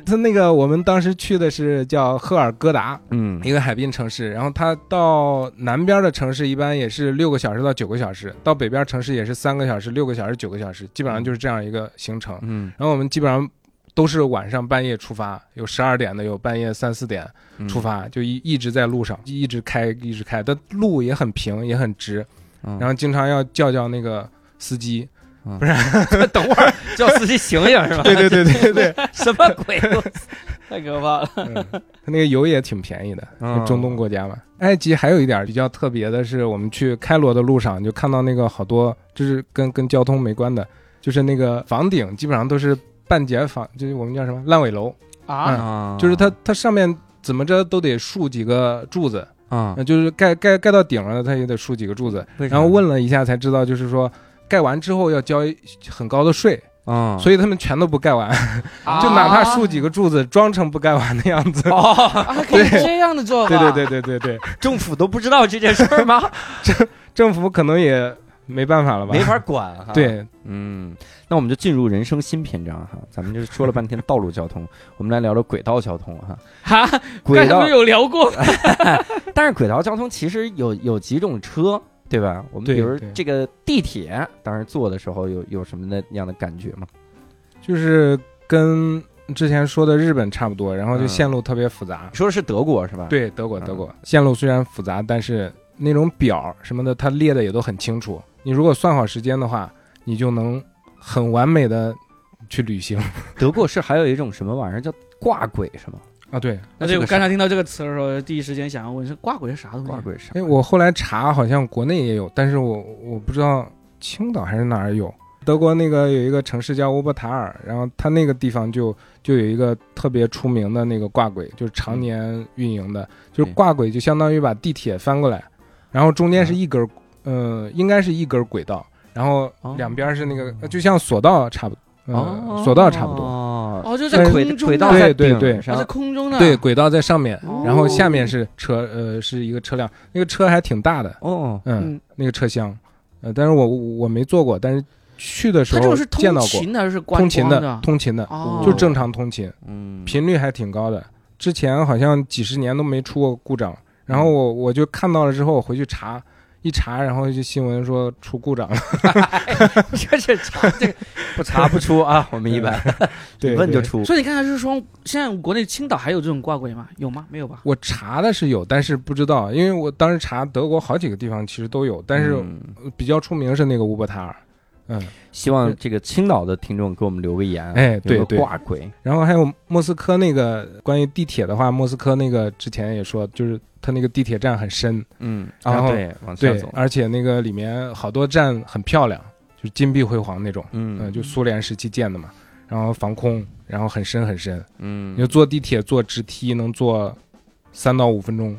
S6: 他那个我们当时去的是叫赫尔哥达
S1: 嗯
S6: 一个海滨城市，然后他到南边的城市一般也是六个小时到九个小时，到北边城市也是三个小时、六个小时、九个小时，基本上就是这样一个行程。
S1: 嗯，
S6: 然后我们基本上都是晚上半夜出发，有十二点的，有半夜三四点
S1: 嗯
S6: 出发，就一一直在路上，一直开一直开，但路也很平，也很直。
S1: 嗯
S6: 然后经常要叫叫那个司机，
S7: 等会儿叫司机醒醒是吧？
S6: 对对对对对，
S7: 什么鬼？
S5: 太可怕了。
S6: 嗯，他那个油也挺便宜的，
S1: 嗯
S6: 中东国家嘛。埃及还有一点比较特别的是，我们去开罗的路上就看到那个好多，就是跟跟交通没关的，就是那个房顶基本上都是半截房，就是我们叫什么烂尾楼，嗯
S5: 啊，
S1: 啊
S6: 就是它它上面怎么着都得竖几个柱子，
S1: 啊
S6: 呃，就是盖盖盖到顶了，它也得竖几个柱子。
S1: 为啥
S6: 然后问了一下才知道，就是说盖完之后要交一很高的税，
S1: 啊，
S6: 所以他们全都不盖完，
S5: 啊
S6: 就哪怕竖几个柱子，装成不盖完的样 子。
S7: 哦，
S5: 啊，可以
S6: 对
S5: 这样的做法，
S6: 对对对对对对，
S7: 政府都不知道这件事儿 吗？
S6: 政府可能也没办法了吧？
S7: 没法管哈。，
S6: 对，
S1: 嗯，那我们就进入人生新篇章哈，咱们就是说了半天道路交 通，我们来聊聊轨道交通哈。
S5: 哈，
S1: 轨
S5: 啊刚才
S1: 道
S5: 不是，有聊过
S6: 啊
S1: 但是轨道交通其实有有几种车，对吧？我们
S6: 对
S1: 比如
S6: 对
S1: 这个地铁，当时坐的时候有有什么那样的感觉吗？
S6: 就是跟之前说的日本差不多，然后就线路特别复杂。
S1: 你说的是德国是吧？，
S6: 对，德国
S1: 嗯
S6: 德国线路虽然复杂，但是那种表儿什么的，它列的也都很清楚。你如果算好时间的话，你就能很完美的去旅行
S1: 德国是还有一种什么玩意儿叫挂轨是吗？
S6: 啊。对，
S5: 啊，
S1: 这
S5: 对，
S1: 个
S5: 我
S1: 是
S5: 刚才听到这个词的时候，第一时间想要问是挂轨是啥东西？
S1: 挂轨是啥
S6: 哎，我后来查好像国内也有，但是我我不知道青岛还是哪儿有。德国那个有一个城市叫乌波塔尔，然后它那个地方就就有一个特别出名的那个挂轨，就是常年运营的，就是
S1: 对
S6: 挂轨就相当于把地铁翻过来，然后中间
S1: 嗯
S6: 是一根儿，呃，应该是一根儿轨道，然后
S1: 哦
S6: 两边是那个，呃就像索道差不多，呃
S1: 哦，
S6: 索道差不多，
S1: 多。
S5: 哦，就
S6: 但
S5: 在
S6: 是
S5: 空中
S1: 轨
S5: 的
S1: 道
S6: 对
S1: 在
S6: 对
S1: 顶
S6: 对
S5: 啊，在
S1: 上，
S5: 空中的
S6: 哦
S5: 哦
S6: 对，轨道在上面，
S1: 哦
S6: 然后下面
S5: 是
S6: 是车，呃，是一个车辆，那个车还挺大的，
S1: 哦，
S6: 嗯
S5: 嗯，
S6: 那个车厢，呃，但是我我没坐过，但是去的时
S5: 它
S6: 候
S5: 这个是
S6: 见
S5: 通
S6: 到过
S5: 勤的还是观
S6: 通勤
S5: 光
S6: 的，通勤的，
S5: 哦，
S6: 就正常通勤，
S1: 嗯，
S6: 频率还挺高的。之前好像几十年都没出过故障，然后我我就看到了之后，我回去查一查，然后就新闻说出故 障了。
S7: 这是查这个不查不出啊，我们一般
S6: 对，
S7: 问就
S6: 对。
S7: 出。
S5: 所以你看，还是说现在国内青岛还有这种挂轨吗？有吗？没有吧？
S6: 我查的是有，但是不知道，因为我当时查德国好几个地方其实都有，但是
S1: 嗯
S6: 比较出名是那个乌伯塔尔，嗯，
S1: 希望这个青岛的听众给我们留个言啊，
S6: 哎
S1: 有
S6: 对
S1: 个
S6: 对
S1: 挂轨，
S6: 然后还有莫斯科那个关于地铁的话，莫斯科那个之前也说，就是它那个地铁站很深，
S1: 嗯，
S6: 然
S1: 啊
S6: 后
S1: 对，往下
S6: 对
S1: 走，，
S6: 而且那个里面好多站很漂亮，就是金碧辉煌那种，嗯、
S1: 嗯
S6: 就苏联时期建的嘛。然后防空，然后很深很深，
S1: 嗯
S6: 你就坐地铁坐直梯能坐三到五分钟，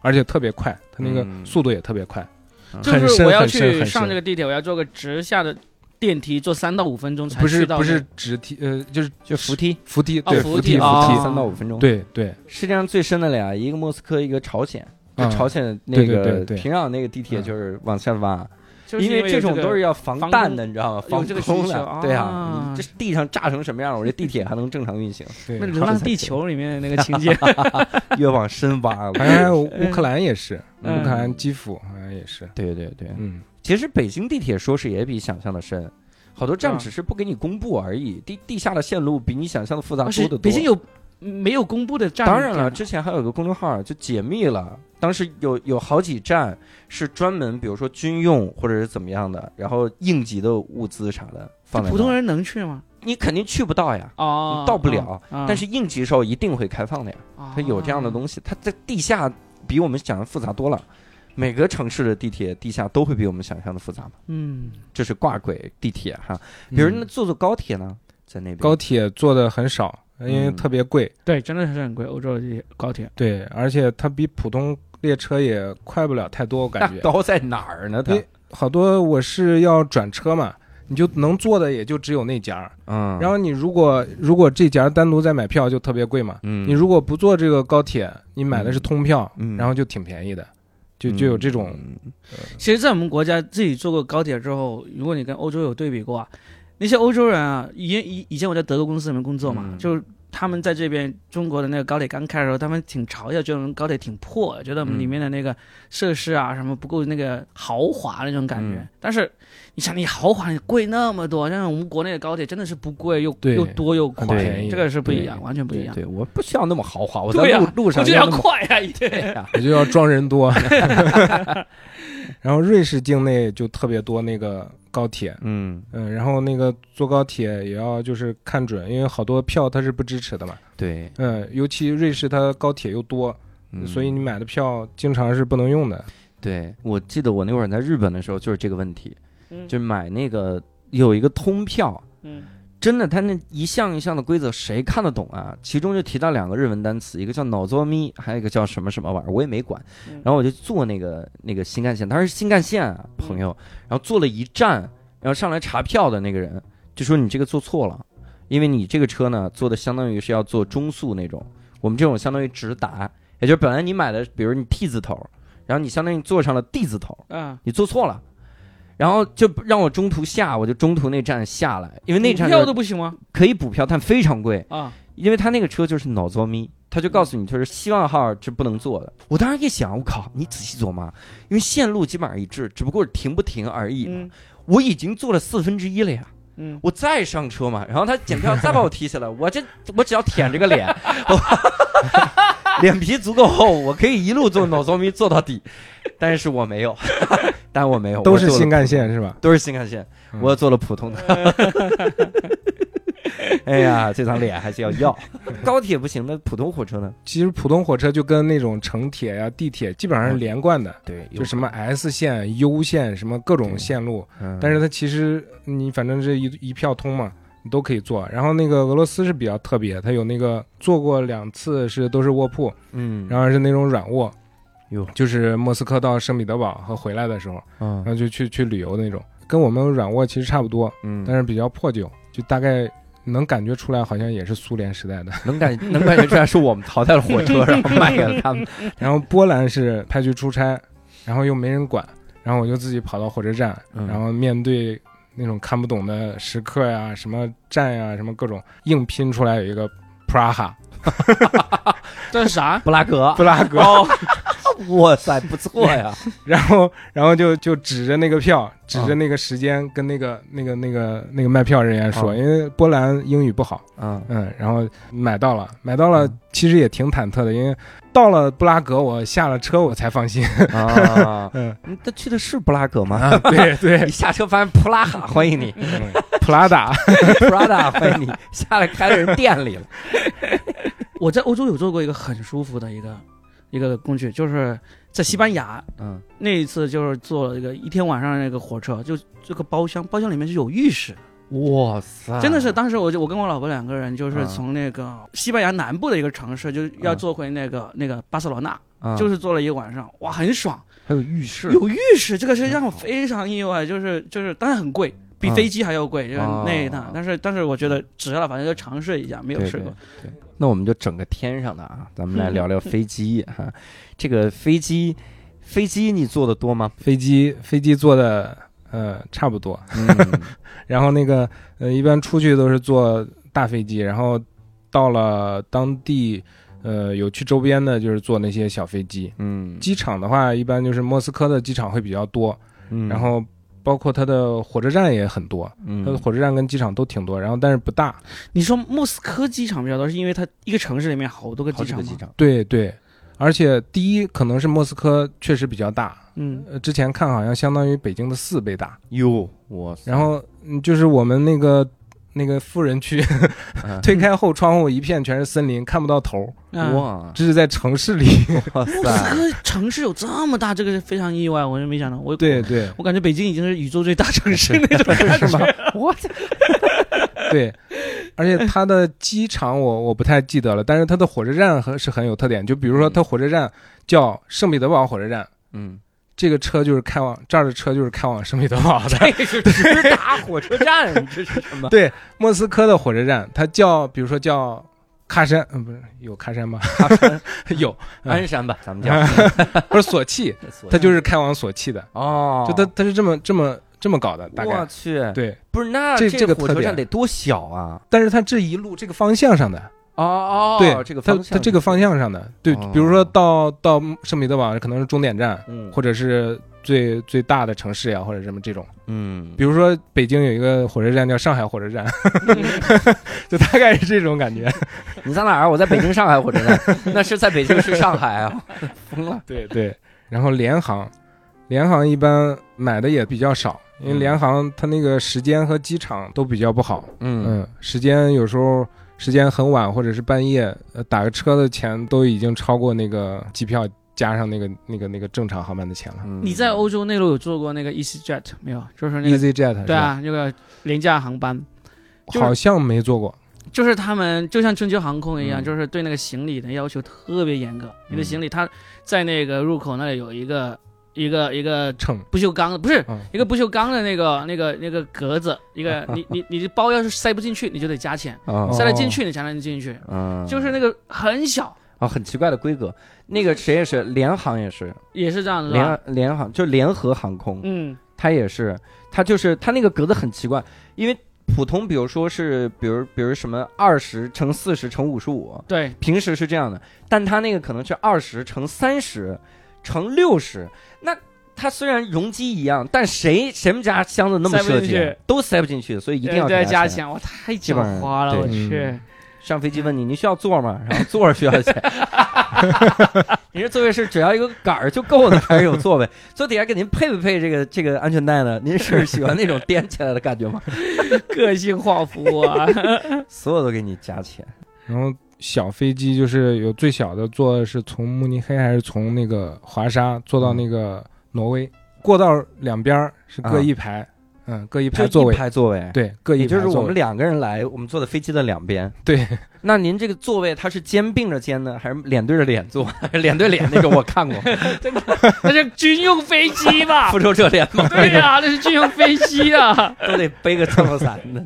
S6: 而且特别快，它那个
S1: 嗯
S6: 速度也特别快。
S5: 就
S6: 很
S5: 是
S6: 深
S5: 我要
S6: 很深
S5: 去
S6: 很
S5: 上
S6: 深
S5: 这个地铁，我要坐个直下的电梯，坐三到五分钟才
S6: 不是
S5: 去到
S6: 不是
S5: 那
S6: 直梯，呃，就是
S1: 就扶梯，
S6: 扶梯，
S5: 哦
S6: 对，
S5: 扶
S6: 扶
S5: 梯
S6: 梯，
S5: 哦
S6: 扶
S5: 啊
S6: 梯，
S1: 三到五分钟。，
S6: 对对，
S1: 世界上最深的俩，一个莫斯科，一个朝鲜。就
S6: 嗯
S1: 朝鲜那
S6: 对对
S1: 个
S6: 对啊对
S1: 平壤那个地铁就是往下挖，
S5: 就是因
S1: 为这种
S5: 有个
S1: 都是要防
S5: 防
S1: 弹
S5: 空
S1: 的，你知道吗？
S5: 有
S1: 防
S5: 这个需
S1: 空
S5: 求
S1: 的，对啊
S5: 啊，
S1: 你这地上炸成什么样，我这地铁还能正常运 行？
S6: 对
S5: 那《流浪地球》里面的那个情 节，
S1: 越往深挖，我
S6: 好像还有乌克兰 也是，
S5: 嗯
S6: 乌克兰基辅好像也是，
S1: 对对对，
S6: 嗯。
S1: 其实北京地铁说是也比想象的深，好多站
S5: 嗯
S1: 只是不给你公布而已，地地下的线路比你想象的复杂
S5: 当
S1: 多
S5: 时
S1: 得多。
S5: 啊北京有没有公布的站？啊
S1: 当然了，之前还有个公众号就解密了，当时有有好几站是专门，比如说军用或者是怎么样的，然后应急的物资啥的放在那儿
S5: 普通人能去吗？
S1: 你肯定去不到呀，
S5: 哦
S1: 你，到不了，
S5: 啊，
S1: 但是应急时候一定会开放的呀，
S5: 它
S1: 它有这样的东西，它在地下比我们想象复杂多了。每个城市的地铁地下都会比我们想象的复杂嘛，
S5: 嗯，
S1: 这是挂轨地铁哈。比如那坐坐高铁呢，在那边
S6: 嗯高铁坐的很少，因为
S1: 嗯
S6: 特别贵。
S5: 对，真的是很贵，欧洲的这些高铁。
S6: 对，而且它比普通列车也快不了太多，我感
S1: 那
S6: 觉。
S1: 高在哪儿呢？它
S6: 哎好多我是要转车嘛，你就能坐的也就只有那家儿。
S1: 嗯，
S6: 然后你如果如果这家儿单独再买票就特别贵嘛。
S1: 嗯，
S6: 你如果不坐这个高铁，你买的是通票，
S1: 嗯
S6: 然后就挺便宜的，就就有这种
S1: 嗯
S5: 其实，在我们国家自己坐过高铁之后，如果你跟欧洲有对比过啊，那些欧洲人啊，以前以以前我在德国公司里面工作嘛，
S1: 嗯
S5: 就是他们在这边中国的那个高铁刚开的时候，他们挺嘲笑这种高铁挺破，觉得我们
S1: 嗯
S5: 里面的那个设施啊什么不够那个豪华那种感觉。
S1: 嗯
S5: 但是你想，你豪华你贵那么多，但是我们国内的高铁真的是不贵又
S6: 对
S5: 又多又快
S6: 很便宜，
S5: 这个是不一
S1: 对
S5: 样，完全不一样。
S1: 对，我不需要那么豪华，我在
S5: 对呀啊
S1: 路路
S5: 我
S1: 上
S5: 就要
S1: 那么
S5: 快呀，一定。
S1: 对呀。
S6: 我就要装人多。 然后瑞士境内就特别多那个高铁，
S1: 嗯，
S6: 嗯，然后那个坐高铁也要就是看准，因为好多票它是不支持的嘛，
S1: 对，
S6: 嗯，尤其瑞士它高铁又多，
S1: 嗯
S6: 所以你买的票经常是不能用的。
S1: 对我记得我那会儿在日本的时候就是这个问题，
S5: 嗯
S1: 就买那个有一个通票，
S5: 嗯
S1: 真的，他那一项一项的规则谁看得懂啊？其中就提到两个日文单词，一个叫脑作咪，还有一个叫什么什么玩意儿，我也没管
S5: 嗯。
S1: 然后我就坐那个那个新干线，当时是新干线啊，朋友，然后坐了一站，然后上来查票的那个人就说你这个坐错了，因为你这个车呢坐的相当于是要坐中速那种，我们这种相当于直达，也就是本来你买的，比如你 T 字头，然后你相当于坐上了 D 字头，
S5: 啊，
S1: 你坐错了。然后就让我中途下，我就中途那站下来，因为那站就是
S5: 票都不行吗？
S1: 可以补票，但非常贵，
S5: 啊，
S1: 因为他那个车就是脑作咪，他就告诉你，就是希望号是不能坐的。我当时一想，我靠，你仔细琢磨，因为线路基本上一致，只不过是停不停而已嘛。
S5: 嗯
S1: 我已经坐了四分之一了呀，
S5: 嗯，
S1: 我再上车嘛，然后他检票再把我踢下来，我这我只要舔着个脸， 我 脸皮足够厚，我可以一路坐脑作咪坐到底，但是我没有， 但我没有，
S6: 都
S1: 我
S6: 是
S1: 坐了
S6: 新干线是吧？
S1: 都是新干线，
S6: 嗯
S1: 我坐了普通的。 哎呀，这张脸还是要 要。高铁不行，那普通火车呢？
S6: 其实普通火车就跟那种城铁呀、地铁基本
S1: 嗯
S6: 上是连贯的，
S1: 对，
S6: 就什么 S 线、U 线，什么各种线路。
S1: 嗯，
S6: 但是它其实你反正这一一票通嘛，你都可以坐。然后那个俄罗斯是比较特别，它有那个坐过两次是都是卧铺，
S1: 嗯，
S6: 然后是那种软卧
S1: 哟，
S6: 就是莫斯科到圣彼得堡和回来的时候，然
S1: 嗯
S6: 后就去去旅游那种，跟我们软卧其实差不多，
S1: 嗯，
S6: 但是比较破旧，就大概能感觉出来，好像也是苏联时代的。
S1: 能感能感觉出来是我们淘汰了火 车，然后卖给了他们。
S6: 然后波兰是派去出差，然后又没人管，然后我就自己跑到火车站，
S1: 嗯
S6: 然后面对那种看不懂的时刻呀、什么站呀、什么各种，硬拼出来有一个 Praha
S5: 这是啥？
S1: 布拉格，
S6: 布拉格，
S1: 哦，哇塞，不错呀！
S6: 然后然后就就指着那个票，指
S1: 嗯
S6: 着那个时间跟那个、那个那个那个卖票人员说，
S1: 嗯
S6: 因为波兰英语不好，
S1: 嗯
S6: 嗯，然后买到了，买到了
S1: 嗯，
S6: 其实也挺忐忑的，因为到了布拉格，我下了车我才放心，
S1: 啊，
S6: 嗯
S1: 嗯他去的是布拉格吗？
S6: 啊， 对对嗯
S1: 你下车发现普拉哈欢迎你
S6: 普拉达。
S1: ，Prada 欢迎你，下来开到人店里了。
S5: 我在欧洲有坐过一个很舒服的一个一个工具，就是在西班牙
S1: 嗯
S5: 那一次，就是坐了一个一天晚上那个火车，就这个包厢，包厢里面是有浴室的。
S1: 哇塞
S5: 真的是，当时我就我跟我老婆两个人，就是
S1: 嗯
S5: 从那个西班牙南部的一个城市，就是要
S1: 嗯
S5: 坐回那个那个巴塞罗那，
S1: 啊
S5: 就是坐了一个晚上，哇，很爽，
S1: 还有浴室
S5: 有浴室，这个是让我非常意外，就是就是，当然很贵，比
S1: 嗯
S5: 飞机还要贵，就是那一
S1: 哦
S5: 趟，但是但是我觉得值了，反正就尝试一下，没有
S1: 对
S5: 试
S1: 对
S5: 过，
S1: 那我们就整个天上的啊，咱 们来聊聊飞机哈、这个飞机，飞机你坐的多吗？
S6: 飞机飞机坐的呃差不多，
S1: 嗯
S6: 然后那个呃一般出去都是坐大飞机，然后到了当地呃有去周边的就是坐那些小飞机。
S1: 嗯
S6: 机场的话，一般就是莫斯科的机场会比较多，
S1: 嗯
S6: 然后包括它的火车站也很多，它的
S1: 嗯，
S6: 火车站跟机场都挺多，然后但是不大。
S5: 你说莫斯科机场比较多，是因为它一个城市里面好多个
S1: 好
S5: 机
S1: 几
S5: 场
S1: 个
S5: 吗？
S1: 机场，
S6: 对对，而且第一可能是莫斯科确实比较大，
S5: 嗯，
S6: 呃，之前看好像相当于北京的四倍大。
S1: 哟，我
S6: 然后嗯，就是我们那个那个富人区，
S1: 嗯
S6: 推开后窗户一片全是森林，看不到头儿，
S5: 啊
S1: 哇
S6: 这是在城市里。
S1: 哇
S5: 莫斯
S1: 塞，
S5: 科城市有这么大，这个是非常意外，我就没想到，我
S6: 对对
S5: 我感觉北京已经是宇宙最大 城市那种感觉，我
S6: 对，而且它的机场我我不太记得了，但是它的火车站很是很有特点，就比如说它火车站叫圣彼得堡火车站。
S1: 嗯，
S6: 这个车就是开往这儿的车就是开往圣彼得堡的，
S1: 这是直达火车站，这是什么？
S6: 对，莫斯科的火车站，它叫比如说叫喀山，嗯，不是有喀山吗？ 有，
S1: 鞍山吧，咱们叫，
S6: 不是索 契，它就是开往索契的。
S1: 哦，
S6: 就它它是这么这么这么搞的，大
S1: 我
S6: 概
S1: 去，
S6: 对。
S1: 不是那
S6: 这这
S1: 个
S6: 个
S1: 火
S6: 特
S1: 车
S6: 点
S1: 站得多小啊？
S6: 但是它这一路这个方向上的，
S1: 哦哦，
S6: 对
S1: 这个
S6: 它
S1: 方
S6: 它
S1: 向，
S6: 这个方向上的，对，
S1: 哦
S6: 比如说到到圣彼得堡可能是终点站，
S1: 嗯
S6: 或者是最最大的城市呀，或者什么这种。
S1: 嗯
S6: 比如说北京有一个火车站叫上海火车站， 就大概是这种感觉。
S1: 你在哪儿？我在北京、上海火车站。那是在北京，是上海啊，疯了。
S6: 对对，然后联航。联航一般买的也比较少，因为
S1: 嗯
S6: 联航它那个时间和机场都比较不好。
S1: 嗯
S6: 嗯，时间有时候时间很晚，或者是半夜，呃，打个车的钱都已经超过那个机票加上那个那个那个正常航班的钱了。
S1: 嗯
S5: 你在欧洲内陆有坐过那个 EasyJet 没有？就是
S1: E
S5: 那个
S6: EasyJet 是吧
S5: 对，啊，那个廉价航班，就是
S6: 好像没坐过。
S5: 就是他们就像春秋航空一样，
S1: 嗯
S5: 就是对那个行李的要求特别严格。你的
S1: 嗯
S5: 行李，它在那个入口那里有一个一个一个
S6: 秤，
S5: 不锈钢的，不是
S6: 嗯，
S5: 一个不锈钢的那个那个那个格子，一 个你你你的包要是塞不进去，你就得加钱，
S1: 啊
S5: 塞得进去你才能进去，
S1: 嗯，
S5: 就是那个很小，
S1: 啊，很奇怪的规格。那个谁也是，联航也是，
S5: 也是这样子吧
S1: 联？联航就联合航空，
S5: 嗯，
S1: 它也是，它就是它那个格子很奇怪，因为普通比如说是比如比如什么二十乘四十乘五十五，
S5: 对，
S1: 平时是这样的，但它那个可能是二十乘三十乘六十，那它虽然容积一样，但谁谁们家箱子那么
S5: 塞不
S1: 设
S5: 进
S1: 计啊
S5: 去
S1: 都塞不进去，所以一定要
S5: 呃再
S1: 给它
S5: 加
S1: 加。
S5: 钱，我太
S1: 基
S5: 狡
S1: 本上
S5: 猾了，
S1: 对
S5: 我去
S6: 嗯，
S1: 上飞机问你，你需要座吗？然后座儿需要钱。你这座位是只要一个杆儿就够的，还是有座位？坐底下给您配不配这个这个安全带呢？您是喜欢那种颠起来的感觉吗？
S5: 个性化服务啊，
S1: 所有都给你加钱。
S6: 然后小飞机就是有最小的坐的是从慕尼黑还是从那个华沙坐
S1: 嗯
S6: 到那个挪威，过道两边儿是各一排，嗯，各一排座
S1: 啊就一
S6: 位，
S1: 排座位，
S6: 对，各一
S1: 也
S6: 排
S1: 就是我们两
S6: 两
S1: 个人来，我们坐的飞机的两边。
S6: 对，
S1: 那您这个座位它是肩并着肩呢，还是脸对着脸坐？ 还是脸对脸那个我看 过，
S5: 那是军用飞机 吧？
S1: 复仇者联盟
S5: 对呀、那是军用飞机 啊！
S1: 都得背个降落伞 的。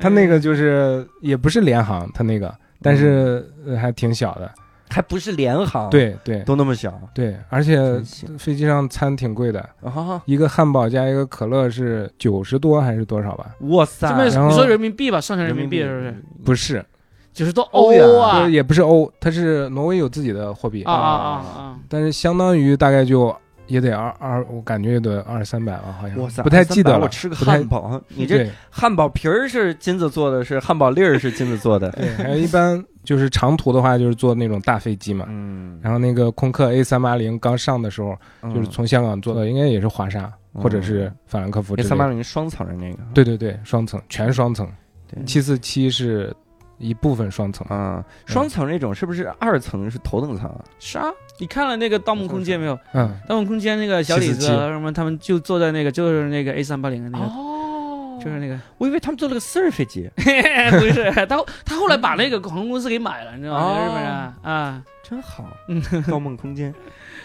S6: 他那个就是也不是联航，他那个，但是
S1: 嗯
S6: 呃还挺小的，
S1: 还不是联航，，
S6: 对呃对
S1: 都那么小
S6: 对，而且
S1: 真行
S6: 飞机上餐挺贵的，
S1: 啊！
S6: 一个汉堡加一个可乐是九十多还是多少吧？
S1: 哇塞
S5: 这，么
S6: 然后
S5: 你说人民币吧，算成人民币了是不是？
S6: 不是，
S5: 九十多
S1: 欧元
S5: 欧
S6: 就
S5: 啊
S6: 是！也不是欧，它是挪威有自己的货币
S5: 啊啊啊啊！
S6: 但是相当于大概就也得二二，我感觉也得二三百吧，好像
S1: 哇塞，
S6: 不太记得
S1: 我
S6: 了。
S1: 吃个
S6: 不太
S1: 汉堡，啊你这
S6: 对
S1: 汉堡皮儿是金子做的，是汉堡粒儿是金子做的。
S6: 对，还有一般就是长途的话，就是坐那种大飞机嘛。
S1: 嗯，
S6: 然后那个空客 A 三八零刚上的时候，就是从香港坐的，应该也是华沙
S1: 嗯
S6: 或者是法兰克福
S1: 那
S6: 之类的。
S1: 三八零双层的那个，啊
S6: 对对对，双层全双层，
S1: 对
S6: 七四七是一部分双层，
S1: 啊，双层那种是不是二层是头等舱啊？
S5: 是啊，你看了那个《盗梦空间》没有？《
S6: 嗯，
S5: 盗梦空间》那个小李子啊
S6: 747
S5: 什么，他们就坐在那个就是那个 A 三八零的那个，
S1: 哦
S5: 就是那个
S1: 我以为他们坐了个私人飞机，
S5: 不是他他后来把那个航空公司给买了，你知道吗？
S1: 哦
S5: 日本人啊，
S1: 真好。
S5: 嗯，
S1: 盗梦空间，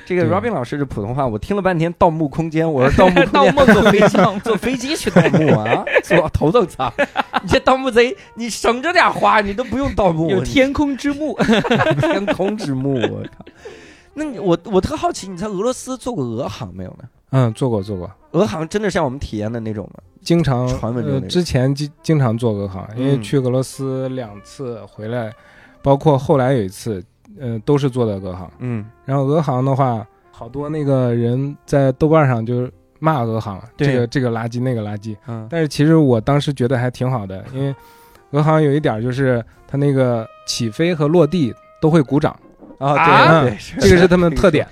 S1: 这个
S6: 对
S1: Robin 老师这普通话，我听了半天《盗墓空间》， 我说《盗墓空
S5: 盗
S1: 间》
S5: 梦
S1: 坐
S5: 空
S1: 飞机，
S5: 间
S1: 坐飞机去盗墓啊， 坐头等舱。 你这盗墓贼，你省着点花，你都不用盗墓，
S5: 有
S1: 你
S5: 天空之 幕，
S1: 天空之墓，我靠。那你我我特好奇，你在俄罗斯坐过俄航没有呢？
S6: 嗯，坐过坐过，
S1: 俄航真的像我们体验的那种吗？
S6: 经常
S1: 传闻中那
S6: 呃
S1: 种
S6: 之前经经常做俄航，因为
S1: 嗯
S6: 去俄罗斯两次回来，包括后来有一次，呃，都是做的俄航。
S1: 嗯，
S6: 然后俄航的话，好多那个人在豆瓣上就是骂俄航，
S1: 对
S6: 这个这个垃圾那个垃圾。
S1: 嗯
S6: 但是其实我当时觉得还挺好的，因 为俄航有一点就是它那个起飞和落地都会鼓 掌，
S1: 啊，
S5: 啊
S1: 对
S6: 嗯
S1: 对，
S6: 这个是他们的特 点。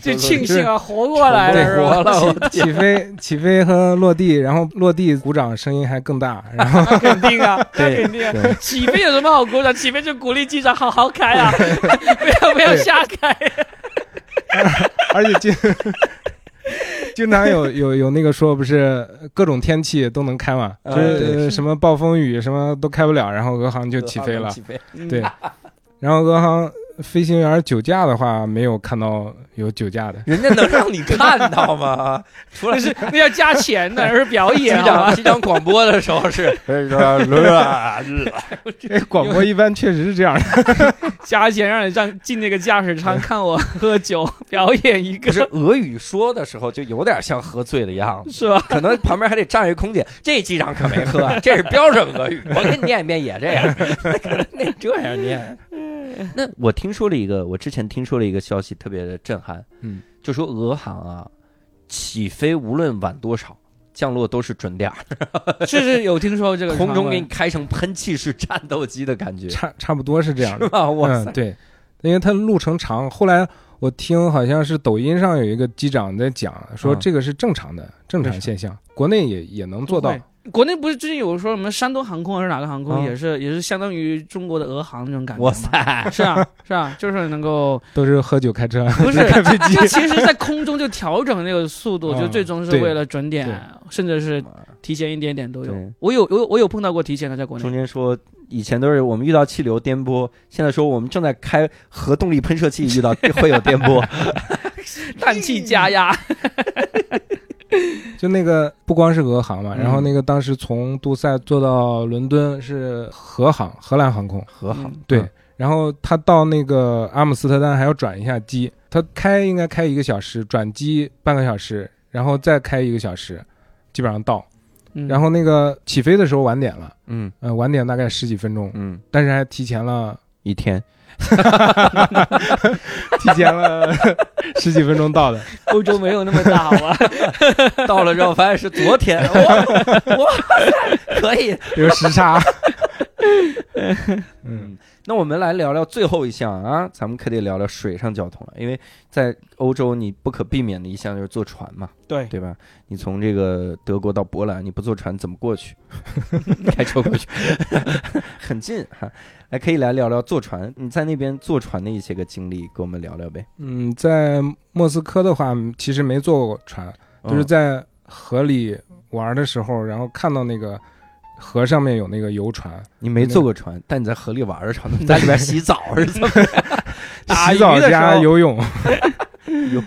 S5: 就庆幸啊，活过来了是吧？
S1: 活了，我
S6: 起飞起飞和落地，然后落地鼓掌声音还更大，然后
S5: 那 肯定啊，那
S1: 对
S5: 肯定啊。
S1: 对
S5: 起飞有什么好鼓掌？起飞就鼓励机长好好开 啊，不要不要瞎开。
S6: 而且经经常有有有那个说不是各种天气都能开嘛，就
S1: 呃
S6: 是
S1: 对
S6: 呃什么暴风雨什么都开不了，然后俄航就起飞了。
S1: 起飞，
S6: 对， 然后俄航飞行员酒驾的话，没有看到有酒驾 的。
S1: 人家能让你看到吗？ 除了
S5: 那是那要加钱的，那是表
S1: 机
S5: 演啊。
S1: 长机长广播的时候是，
S6: 这广播一般确实是这样的。
S5: 加钱让你让进那个驾驶舱看我喝酒表演一
S1: 可
S5: 个
S1: 是俄语说的时候就有点像喝醉的样子，
S5: 是吧？
S1: 可能旁边还得站一空姐，这机长可没喝，啊这是标准俄语，我给你念一遍也这样， 可能得这样 念。那我听说了一个，我之前听说了一个消息，特别的震撼，
S6: 嗯，
S1: 就说俄航啊，起飞无论晚多少，降落都是准点儿，
S5: 是是有听说这个
S1: 空中
S5: 传
S1: 给
S5: 闻
S1: 你开成喷气式战斗机的感觉，
S6: 差差不多是这样的
S1: 是。吧？哇
S6: 嗯，
S1: 塞，
S6: 对，因为它路程长。后来我听好像是抖音上有一个机长在讲，说
S1: 嗯
S6: 这个是正常的、正常现象，国内也也能做到
S5: 不。会国内不是最近有说什么山东航空还是哪个航空，
S1: 嗯
S5: 也是也是相当于中国的俄航那种感觉。
S8: 哇！塞，
S5: 是啊，是啊，就是能 够
S6: 都是喝酒开车，
S5: 不是
S6: 开飞机
S5: 就其实，在空中就调整那个速度，
S6: 嗯
S5: 就最终是
S6: 对
S5: 为了准点
S6: 对，
S5: 甚至是提前一点点都有
S1: 对。
S5: 我有我有我有碰到过提前的，在国
S1: 中
S5: 内。
S1: 间说以前都是我们遇到气流颠簸，现在说我们正在开核动力喷射器，遇到会有颠簸。
S5: 氮气加压，
S6: 就那个不光是俄航嘛，
S1: 嗯
S6: 然后那个当时从杜塞坐到伦敦是荷航，荷兰航空，
S1: 核好，
S6: 对。
S1: 嗯
S6: 然后他到那个阿姆斯特丹还要转一下机，他开应该开一个小时，转机半个小时，然后再开一个小时，基本上到。
S5: 嗯
S6: 然后那个起飞的时候晚点了，
S1: 嗯
S6: 呃，晚点大概十几分钟，
S1: 嗯，
S6: 但是还提前了，
S1: 一天，
S6: 提前了 十几分钟到的。
S5: 欧洲没有那么大，好吧？
S1: 到了之后发现是昨天，哇哇塞，可以。
S6: 有时差。嗯，
S1: 那我们来聊聊最后一项啊，咱们可得聊聊水上交通了，因为在欧洲你不可避免的一项就是坐船嘛，
S5: 对，
S1: 对吧？你从这个德国到波兰，你不坐船怎么过去？ 开车过去， 很近哈。来，可以来聊聊坐船，你在那边坐船的一些个经历，给我们聊聊呗。
S6: 嗯，在莫斯科的话，其实没坐过船，啊
S1: 嗯
S6: 就是在河里玩的时候，然后看到那个河上面有那个游船，
S1: 你没坐过船，但你在河里玩儿 船，在里边洗澡是怎么打
S6: 洗澡
S1: 鱼的时
S6: 加
S1: 候
S6: 游泳，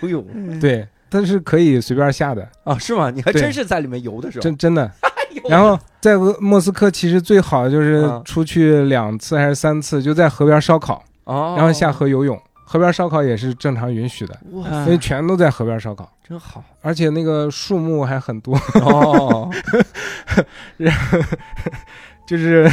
S1: 游泳
S6: 对，但是可以随便下的，
S1: 啊？是吗？你还
S6: 对
S1: 真是在里面游的时候，
S6: 真 真的。
S1: 呦
S6: 然后在俄莫斯科，其实最好的就是
S1: 嗯
S6: 出去两次还是三次，就在河边烧烤，
S1: 哦，嗯
S6: 然后下河游泳。河边烧烤也是正常允许的，
S1: 哇，
S6: 因为全都在河边烧烤，
S1: 真好
S6: 而且那个树木还很多。
S1: 哦，
S6: 就是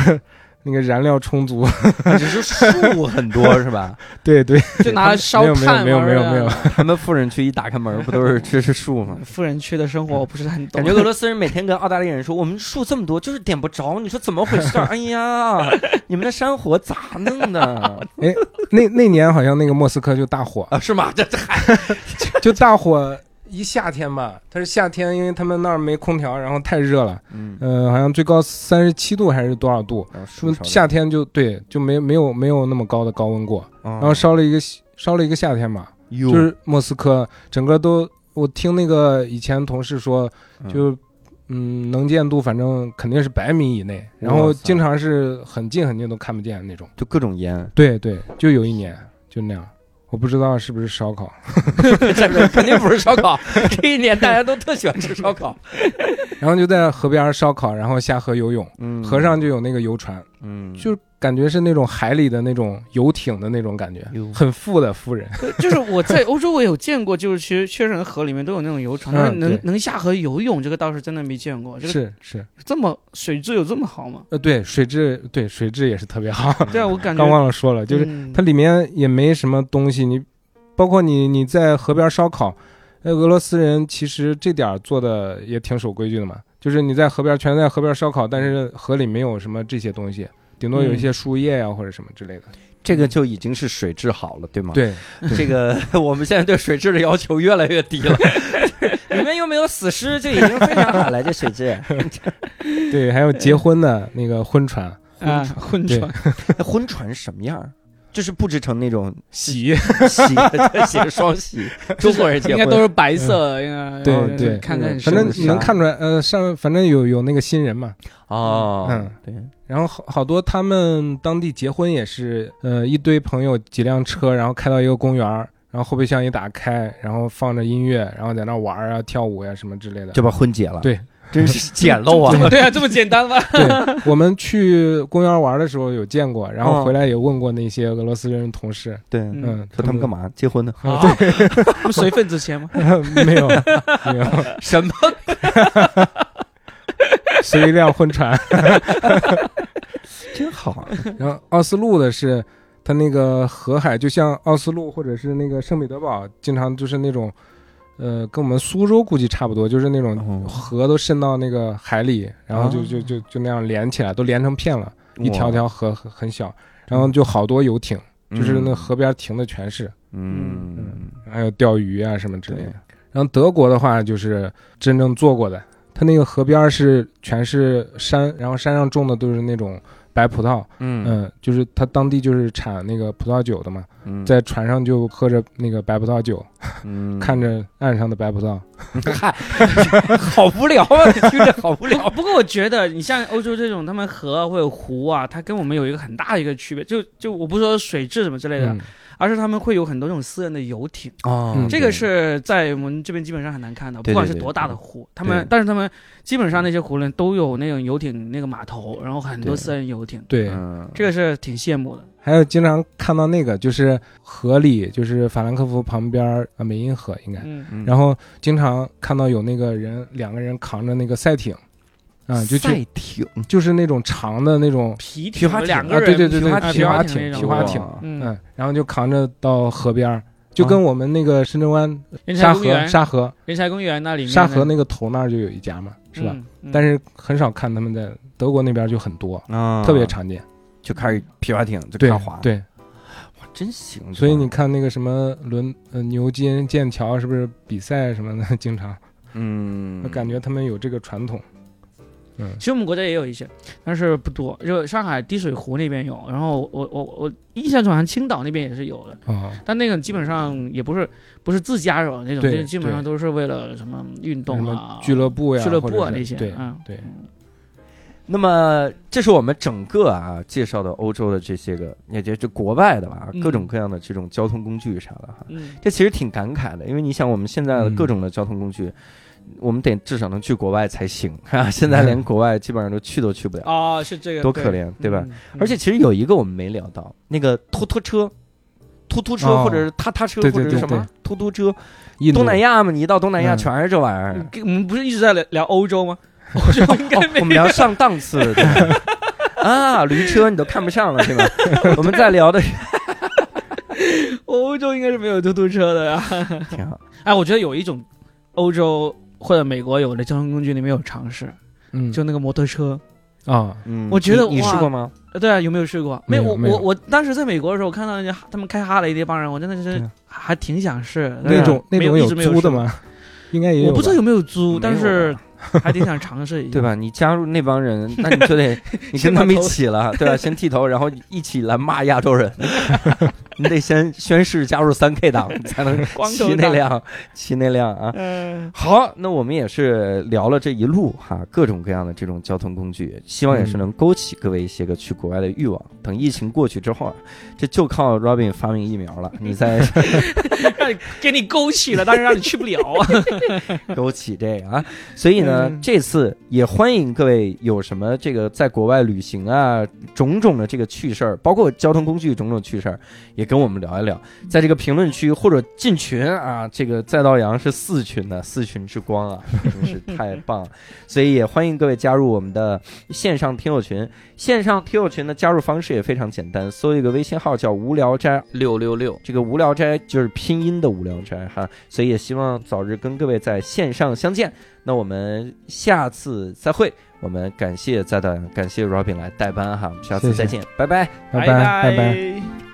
S6: 那个燃料充足。
S1: 只是树很多是吧？
S6: 对对，
S5: 就拿来烧
S6: 没有
S5: 炭
S6: 没有没有
S5: 玩儿啊
S6: 没有没有
S5: 的。
S1: 他们富人区一打开门，不都是这是树吗？
S5: 富人区的生活我不是很懂，
S1: 感觉俄罗斯人每天跟澳大利亚人说，我们树这么多，就是点不着，你说怎么回 事儿？哎呀，你们的山火咋弄的？
S6: 那那年好像那个莫斯科就大火，
S1: 啊，是吗？这这
S6: 就大火一夏天吧，它是夏天，因为他们那儿没空调，然后太热了，
S1: 嗯，
S6: 呃，好像最高三十七度还是多少度，
S1: 然后
S6: 说
S1: 树烧的
S6: 夏天就对就没没有没有那么高的高温过，
S1: 嗯
S6: 然后烧了一个烧了一个夏天吧，
S1: 哟
S6: 就是莫斯科整个都，我听那个以前同事说，
S1: 嗯
S6: 就嗯能见度反正肯定是百米以内，然后
S1: 哇塞
S6: 经常是很近很近都看不见那种。
S1: 就各种烟，
S6: 对对，就有一年就那样，我不知道是不是烧烤。
S1: 这个肯定不是烧烤。这一年大家都特喜欢吃烧烤。
S6: 然后就在河边烧烤，然后下河游泳，
S1: 嗯
S6: 河上就有那个游船，
S1: 嗯，
S6: 就感觉是那种海里的那种游艇的那种感觉
S1: 哟，
S6: 很富的富人。
S5: 对就是我在欧洲我有见过，就是其实确实河里面都有那种游船，
S6: 嗯
S5: 但是能
S6: 对
S5: 能下河游泳这个倒是真的没见过。这个
S6: 是是，
S5: 这么水质有这么好吗？
S6: 呃，对，水质对水质也是特别好。
S5: 对啊，我 感觉
S6: 刚忘了说了，就是
S5: 嗯
S6: 它里面也没什么东西，你包括你你在河边烧烤，那俄罗斯人其实这点儿做的也挺守规矩的嘛，就是你在河边全在河边烧烤，但是河里没有什么这些东西，顶多有
S5: 嗯
S6: 一些树叶呀、或者什么之类的。
S1: 这个就已经是水质好了，对吗？，
S6: 对，
S1: 这 个我们现在对水质的要求越来越低 了。里面又没有 死尸，就已经非常好了。这水质，
S6: 对，还有结婚的那个婚船，
S5: 啊 混
S6: 对
S5: 船，
S1: 那婚船什么样儿？就是布置成那种
S6: 喜，
S1: 喜，写双 喜，中国人结
S5: 应该
S1: 婚
S5: 都是白色，应该
S6: 嗯对
S5: 然后
S6: 对
S5: 看着很
S6: 反
S1: 啊
S5: 神
S6: 正你能 看出来，呃，上反正有有那个新人嘛，
S1: 哦，
S6: 嗯，
S1: 对，
S6: 然后好好多他们当地结婚也是，呃，一堆朋友几辆车，然后开到一个公园儿，然后后备箱一打开，然后放着音乐，然后在那玩儿啊、跳舞呀、什么之类的。
S1: 就把婚结了，
S6: 对，
S1: 真 是简陋啊！
S5: 对啊，这么简单吗？
S6: 对，我们去公园玩的时候有见过，
S1: 嗯
S6: 然后回来也问过那些俄罗斯人同事，
S1: 对，
S5: 嗯，
S6: 嗯，
S1: 说他们 干嘛结婚呢？
S5: 啊，不随份子钱吗？
S6: 们没有没有，
S1: 什么？
S6: 随一辆婚 船。
S1: 真好，
S6: 啊然后奥斯陆的是，它那个河海就像奥斯陆或者是那个圣彼得堡，经常就是那种，呃，跟我们苏州估计差不多，就是那种
S1: 哦
S6: 河都渗到那个海里，然后就
S1: 哦
S6: 就就就那样连起来，都连成片了，一条
S1: 哇，
S6: 条河很很小，然后就好多游艇，就是那
S1: 嗯
S6: 河边停的全是。
S1: 嗯
S6: 嗯，还有钓鱼啊什么之类的。然后德国的话，就是真正做过的，它那个河边儿是全是山，然后山上种的都是那种白葡萄，
S1: 嗯
S6: 嗯，就是它当地就是产那个葡萄酒的嘛，
S1: 嗯，
S6: 在船上就喝着那个白葡萄酒，
S1: 嗯
S6: 看着岸上的白葡萄，
S9: 嗨，好无聊啊！听着好无聊。
S5: 不过我觉得，你像欧洲这种，他们河啊或者湖啊，它跟我们有一个很大的一个区别，就就我不说水质什么之类的，
S6: 嗯
S5: 而是他们会有很多这种私人的游艇，
S1: 哦
S6: 嗯
S5: 这个是在我们这边基本上很难看到，
S9: 对
S5: 不管是
S9: 对
S5: 多大的湖，他
S9: 对
S5: 们但是他们基本上那些湖人都有那种游艇那个码头，然后很
S9: 对
S5: 多私人游艇，
S6: 对，
S1: 嗯，
S5: 这个是挺羡慕的。
S6: 还有经常看到那个，就是河里，就是法兰克福旁边儿啊，美因河应该。
S5: 嗯，
S1: 嗯
S6: 然后经常看到有那个人，两个人扛着那个赛艇，啊、就就
S1: 赛艇、
S6: 就是那两个人扛着那种
S5: 皮
S1: 皮划艇
S5: 两
S6: 啊
S5: 个人，
S6: 对对对对
S5: 划
S6: 皮划
S5: 艇
S6: 艇
S5: 那种，
S6: 皮划
S1: 哇
S6: 艇两个人，
S5: 嗯，
S6: 嗯，然后就扛着到河边儿，就跟我们那个深圳湾
S5: 人才
S6: 沙
S5: 公
S6: 河
S5: 园，
S6: 沙河
S5: 人才公园那里面的，
S6: 沙河那个头那儿就有一家嘛，是吧？
S5: 嗯？嗯
S6: 但是很少看他们在德国那边就很多，
S1: 啊
S6: 特别常见。
S1: 就开始皮划艇就
S6: 对
S1: 看滑，，嗯
S6: 对，
S1: 真行。
S6: 所以你看那个什么伦呃牛津、剑桥是不是比赛什么的， 经常
S1: 嗯，
S6: 感觉他们有这个传统。
S5: 其实我们国家也有一些，但是不多。就上海滴水湖那边有，然后我我我印象中好像青岛那边也是有的，
S6: 哦，
S5: 但那个基本上也不是不是自家人那种，
S6: 对
S5: 就是基本上都是为了什么运
S6: 什
S5: 动啊
S6: 么、俱乐部呀，
S5: 俱乐部
S6: 或
S5: 啊
S6: 者是
S5: 那些，
S6: 对
S5: 嗯，
S6: 对，
S1: 那么，这是我们整个啊介绍的欧洲的这些个，也就就国外的吧，
S5: 嗯
S1: 各种各样的这种交通工具啥的哈。
S5: 嗯，
S1: 这其实挺感慨的，因为你想，我们现在的
S6: 嗯
S1: 各种的交通工具，我们得至少能去国外才行啊。 现在连国外基本上都去都去
S6: 嗯
S1: 不了，
S5: 哦，是这个，
S1: 多可怜，对吧？
S5: 嗯？
S1: 而且其实有一个我们没聊到，那个突突车。突突车
S6: 哦
S1: 或者是踏踏车
S6: 对
S1: 或
S6: 对
S1: 者是
S6: 对
S1: 什么
S6: 对
S1: 突突车，
S6: 印度
S1: 东南亚嘛，你一到东南亚
S6: 嗯
S1: 全是这玩意儿
S5: 嗯。跟我们不是一直在聊聊欧洲 吗？欧洲应该
S1: 哦，我们聊上档次 对吧啊，驴车你都看不上了是吧？ 我们在聊的是
S5: 欧洲应该是没有嘟嘟车的呀。
S1: 挺好，
S5: 哎，我觉得有一种欧洲或者美国有的交通工具里面有常识，
S6: 嗯
S5: 就那个摩托车。
S6: 啊，
S1: 嗯
S5: 我觉得
S1: 你你
S5: 哇
S1: 试过吗？
S5: 呃对啊，有没有试过？
S6: 没有
S5: 我
S6: 没有
S5: 我我当时在美国的时候，我看到人家他们开哈雷那帮人，我真的
S6: 对
S5: 是
S6: 啊
S5: 还挺想试
S6: 那种那种
S5: 啊有
S6: 租的？吗？应该
S5: 一
S6: 也
S5: 直没有试过
S6: 有吧，
S5: 我不知道有没有租，
S1: 吧
S5: 但是 还挺想尝 试一下，
S1: 对？吧？你加入那帮人， 那你就得你跟他们一起了，对吧？先剃头，然后一起来骂亚洲 人，你得先宣誓加入三 K 党，你才能
S5: 光头
S1: 骑那
S5: 党
S1: 辆骑那辆啊。
S5: 嗯，
S1: 好，那我们也是聊了这一路哈，各种各样的这种交通工具，希望也是能勾起各位一些个去国外的欲望。等疫情过去之后啊，这就靠 Robin 发明疫苗了，你再
S5: 让你给你勾起了，但是让你去不了啊。
S1: 枸杞这个啊，所以呢，
S5: 嗯
S1: 这次也欢迎各位有什么这个在国外旅行啊，种种的这个趣事儿，包括交通工具种种趣事儿，也跟我们聊一聊，在这个评论区或者进群啊，这个再道阳是四群的，四群之光啊，真是太棒了，所以也欢迎各位加入我们的线上听友群，线上听友群的加入方式也非常简单，搜一个微信号叫“无聊斋
S9: 六六六，
S1: 这个无聊斋就是拼音的无聊斋哈，所以也希望早日跟各位在线上相见。那我们下次再会，我们感谢在的感谢 Robin 来代班哈，我们下次
S6: 谢谢
S1: 再见，拜拜。
S6: 拜
S5: 拜
S6: 拜拜。
S5: 拜